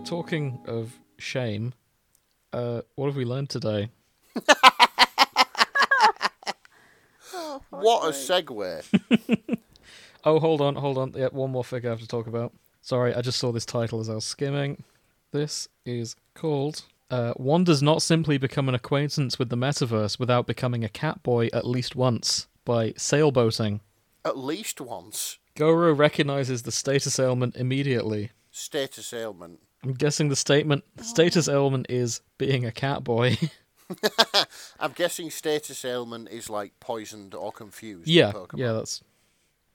Talking of shame, uh, what have we learned today? What a segue. Oh, hold on, hold on. Yeah, one more figure I have to talk about. Sorry, I just saw this title as I was skimming. This is called uh, "One Does Not Simply Become an Acquaintance with the Metaverse Without Becoming a Catboy at Least Once" by Sailboating. At least once, Goro recognizes the status ailment immediately. status ailment. I'm guessing the statement status ailment is being a catboy. I'm guessing status ailment is like poisoned or confused. yeah, Pokemon. yeah, that's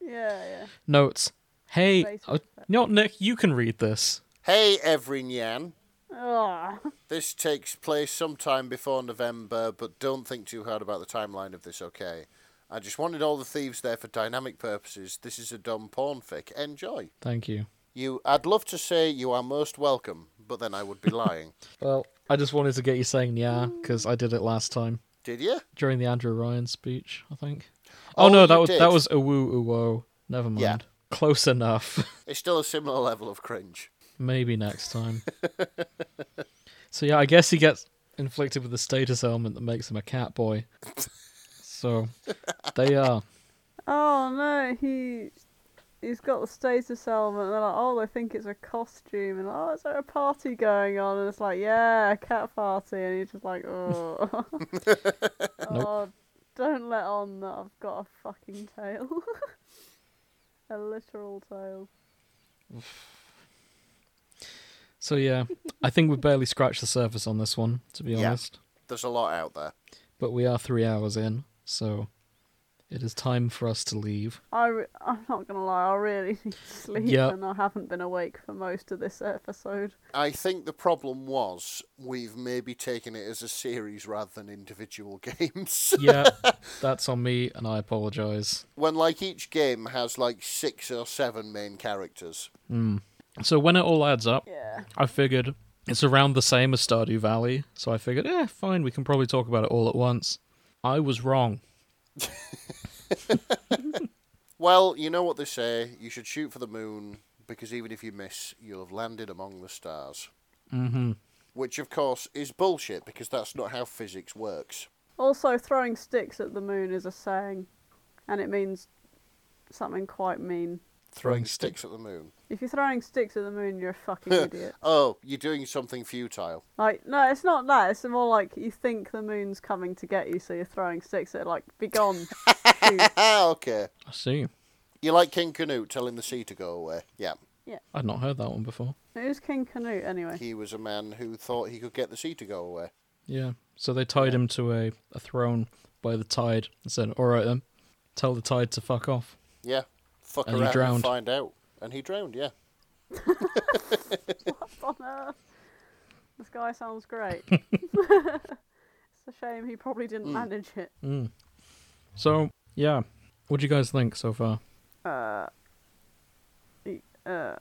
Yeah, yeah. notes. Hey, Racist. uh, not Nick. You can read this. Hey, every Nyan. Ah, This takes place sometime before November, but don't think too hard about the timeline of this, okay? I just wanted all the thieves there for dynamic purposes. This is a dumb porn fic. Enjoy. Thank you. You, I'd love to say you are most welcome, but then I would be lying. Well, I just wanted to get you saying yeah because I did it last time Did you? during the Andrew Ryan speech, I think. Oh, Oh, no, that you was did. that was uwu uwo. Never mind. Yeah. Close enough. It's still a similar level of cringe. Maybe next time. so yeah, I guess he gets inflicted with a status ailment that makes him a cat boy. So they are. Oh no, he he's got the status element. And they're like, oh, they think it's a costume, and oh, is there a party going on? And it's like, yeah, a cat party, and he's just like, oh, oh, don't let on that I've got a fucking tail, a literal tail. So yeah, I think we barely scratched the surface on this one, to be Yeah. honest. There's a lot out there. But we are three hours in, so it is time for us to leave. I re- I'm not gonna lie, I really need to sleep, Yep. and I haven't been awake for most of this episode. I think the problem was we've maybe taken it as a series rather than individual games. Yeah, that's on me, and I apologize. when like each game has like six or seven main characters. So when it all adds up, Yeah. I figured it's around the same as Stardew Valley, so I figured, eh, fine, we can probably talk about it all at once. I was wrong. Well, you know what they say, you should shoot for the moon because even if you miss, you'll have landed among the stars. Mm-hmm. Which of course is bullshit because that's not how physics works. Also, throwing sticks at the moon is a saying, and it means something quite mean. Throwing sticks at the moon. If you're throwing sticks at the moon, you're a fucking idiot. Oh, you're doing something futile. Like, no, it's not that. It's more like you think the moon's coming to get you, so you're throwing sticks at it, like, be gone. Shoot. Ah, okay. I see. You're like King Canute telling the sea to go away. Yeah. I'd not heard that one before. Who's King Canute, anyway? He was a man who thought he could get the sea to go away. Yeah. So they tied him to a, a throne by the tide and said, all right then, tell the tide to fuck off. Yeah. Fuck And he around drowned. and find out. And he drowned, yeah. On Earth. This guy sounds great. it's a shame he probably didn't manage it. So, yeah. What do you guys think so far? Uh,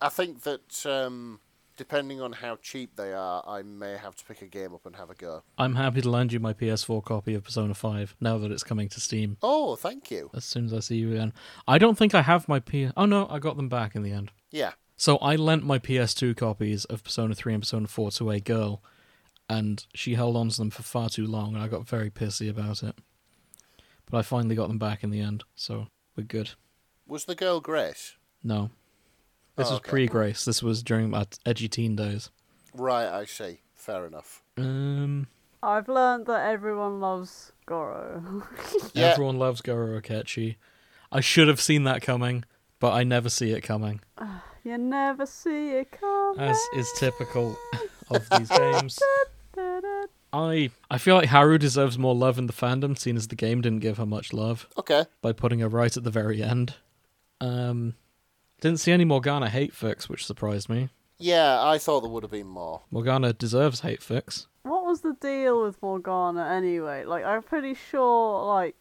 I think that um, depending on how cheap they are, I may have to pick a game up and have a go. I'm happy to lend you my PS4 copy of Persona 5 now that it's coming to Steam Oh, thank you. as soon as I see you again. I don't think I have my P. Oh no, I got them back in the end. Yeah. So I lent my PS2 copies of Persona 3 and Persona 4 to a girl, and she held on to them for far too long, and I got very pissy about it. But I finally got them back in the end, so we're good. Was the girl Grace? No. This Oh, was okay. pre Grace. This was during my t- edgy teen days. Right, I see. Fair enough. Um, I've learned that everyone loves Goro. Yeah. Everyone loves Goro Akechi. I should have seen that coming, but I never see it coming, you never see it coming. as is typical of these games. Da-da. I I feel like Haru deserves more love in the fandom, seeing as the game didn't give her much love Okay. by putting her right at the very end. Um, didn't see any Morgana hate fix, which surprised me. Yeah, I thought there would have been more. Morgana deserves hate fix. what was the deal with Morgana anyway? Like, I'm pretty sure, like,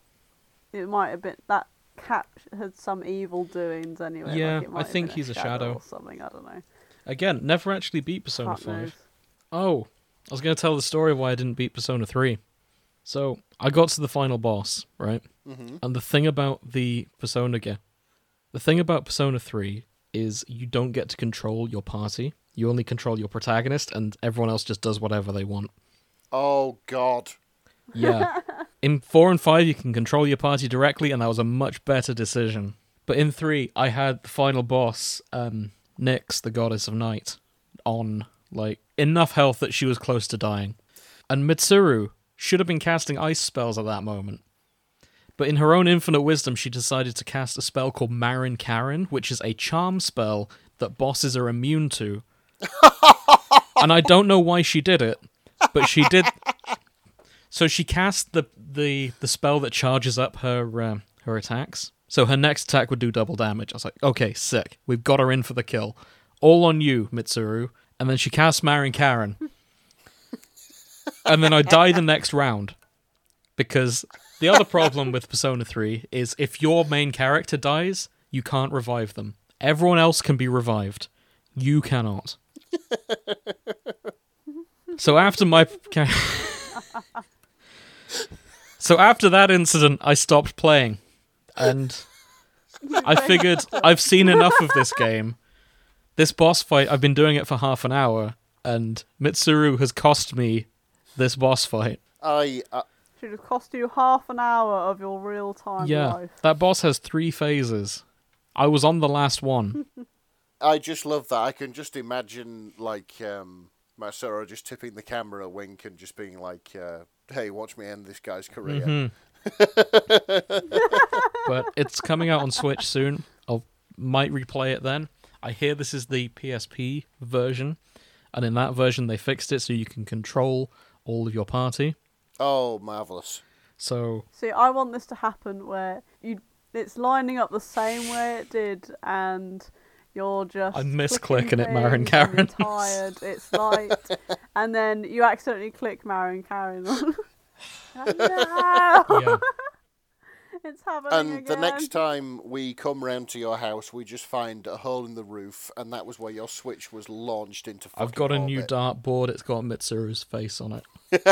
it might have been that cat had some evil doings anyway. Yeah, like, it I might have think been he's a shadow. or something. I don't know. Again, never actually beat Persona Cat Five. knows. Oh, I was going to tell the story of why I didn't beat Persona 3. So, I got to the final boss, right? Mm-hmm. And the thing about the Persona game, the thing about Persona 3 is you don't get to control your party. You only control your protagonist, and everyone else just does whatever they want. Oh, God. Yeah. in 4 and 5, you can control your party directly, and that was a much better decision. But in 3, I had the final boss, um, Nyx, the goddess of night, on, like, enough health that she was close to dying. And Mitsuru should have been casting ice spells at that moment. But in her own infinite wisdom, she decided to cast a spell called Marin Karen, which is a charm spell that bosses are immune to. and I don't know why she did it, but she did. So she cast the the the spell that charges up her um, her attacks. So her next attack would do double damage. I was like, okay, sick. We've got her in for the kill. All on you, Mitsuru. And then she cast Marin Karen. and then I die the next round. Because the other problem with Persona 3 is if your main character dies, You can't revive them. Everyone else can be revived. You cannot. so after my. so after that incident, I stopped playing. And I figured I've seen enough of this game. This boss fight, I've been doing it for half an hour, and Mitsuru has cost me this boss fight. I, uh, I Should have cost you half an hour of your real time yeah, life. that boss has three phases. I was on the last one. I just love that. I can just imagine like um, Masuro just tipping the camera a wink and just being like, uh, "Hey, watch me end this guy's career." Mm-hmm. but it's coming out on Switch soon. I might replay it then. I hear this is the PSP version, and in that version they fixed it so you can control all of your party. Oh, marvelous! So See, I want this to happen where you it's lining up the same way it did, and you're just. I miss clicking clicking it, Marin things and you're Karen. tired. It's light, and then you accidentally click Marin Karen. on. no, yeah, it's happening And again. the next time we come round to your house, we just find a hole in the roof, and that was where your switch was launched into. I've fucking got a new orbit. dartboard. It's got Mitsuru's face on it.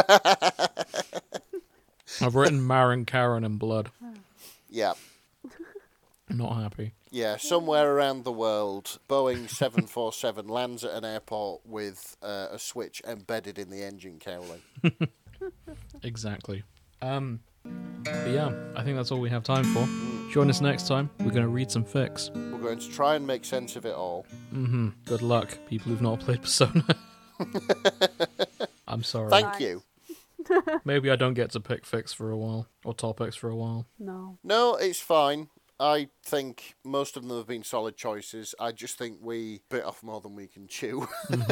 I've written Marin Karen in blood. yeah, I'm not happy. yeah. Somewhere around the world, Boeing seven four seven lands at an airport with uh, a switch embedded in the engine cowling. Exactly. Um, but yeah, I think that's all we have time for. Join us next time. We're going to read some fix. We're going to try and make sense of it all. hmm Good luck, people who've not played Persona. I'm sorry. Thank Right. you. Maybe I don't get to pick fix for a while or topics for a while. No. No, it's fine. I think most of them have been solid choices. I just think we bit off more than we can chew,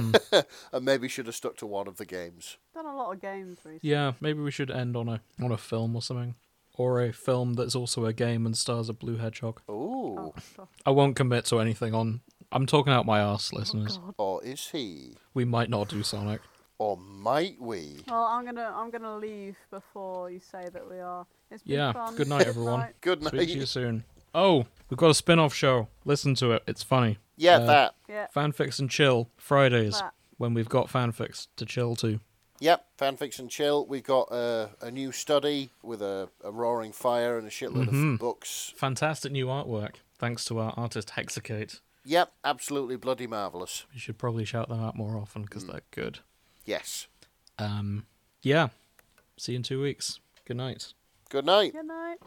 and maybe should have stuck to one of the games. Done a lot of games recently. Yeah, maybe we should end on a on a film or something, or a film that's also a game and stars a blue hedgehog. Ooh, Oh, stuff. I won't commit to anything on. I'm talking out my ass, listeners. Oh, God. or is he? we might not do Sonic. Or might we? Well, I'm gonna I'm gonna leave before you say that we are. It's been Yeah, fun. good night, everyone. Good Speak to you night. soon. Oh, we've got a spin-off show. Listen to it. It's funny. Yeah, Uh, that. Yeah. Fanfics and chill Fridays That. when we've got fanfics to chill to. Yep, fanfics and chill. We've got uh, a new study with a, a roaring fire and a shitload of books. Fantastic new artwork, thanks to our artist Hexacate. Yep, absolutely bloody marvelous. We should probably shout them out more often because Mm. they're good. Yes. Um, yeah. See you in two weeks. Good night. Good night. Good night.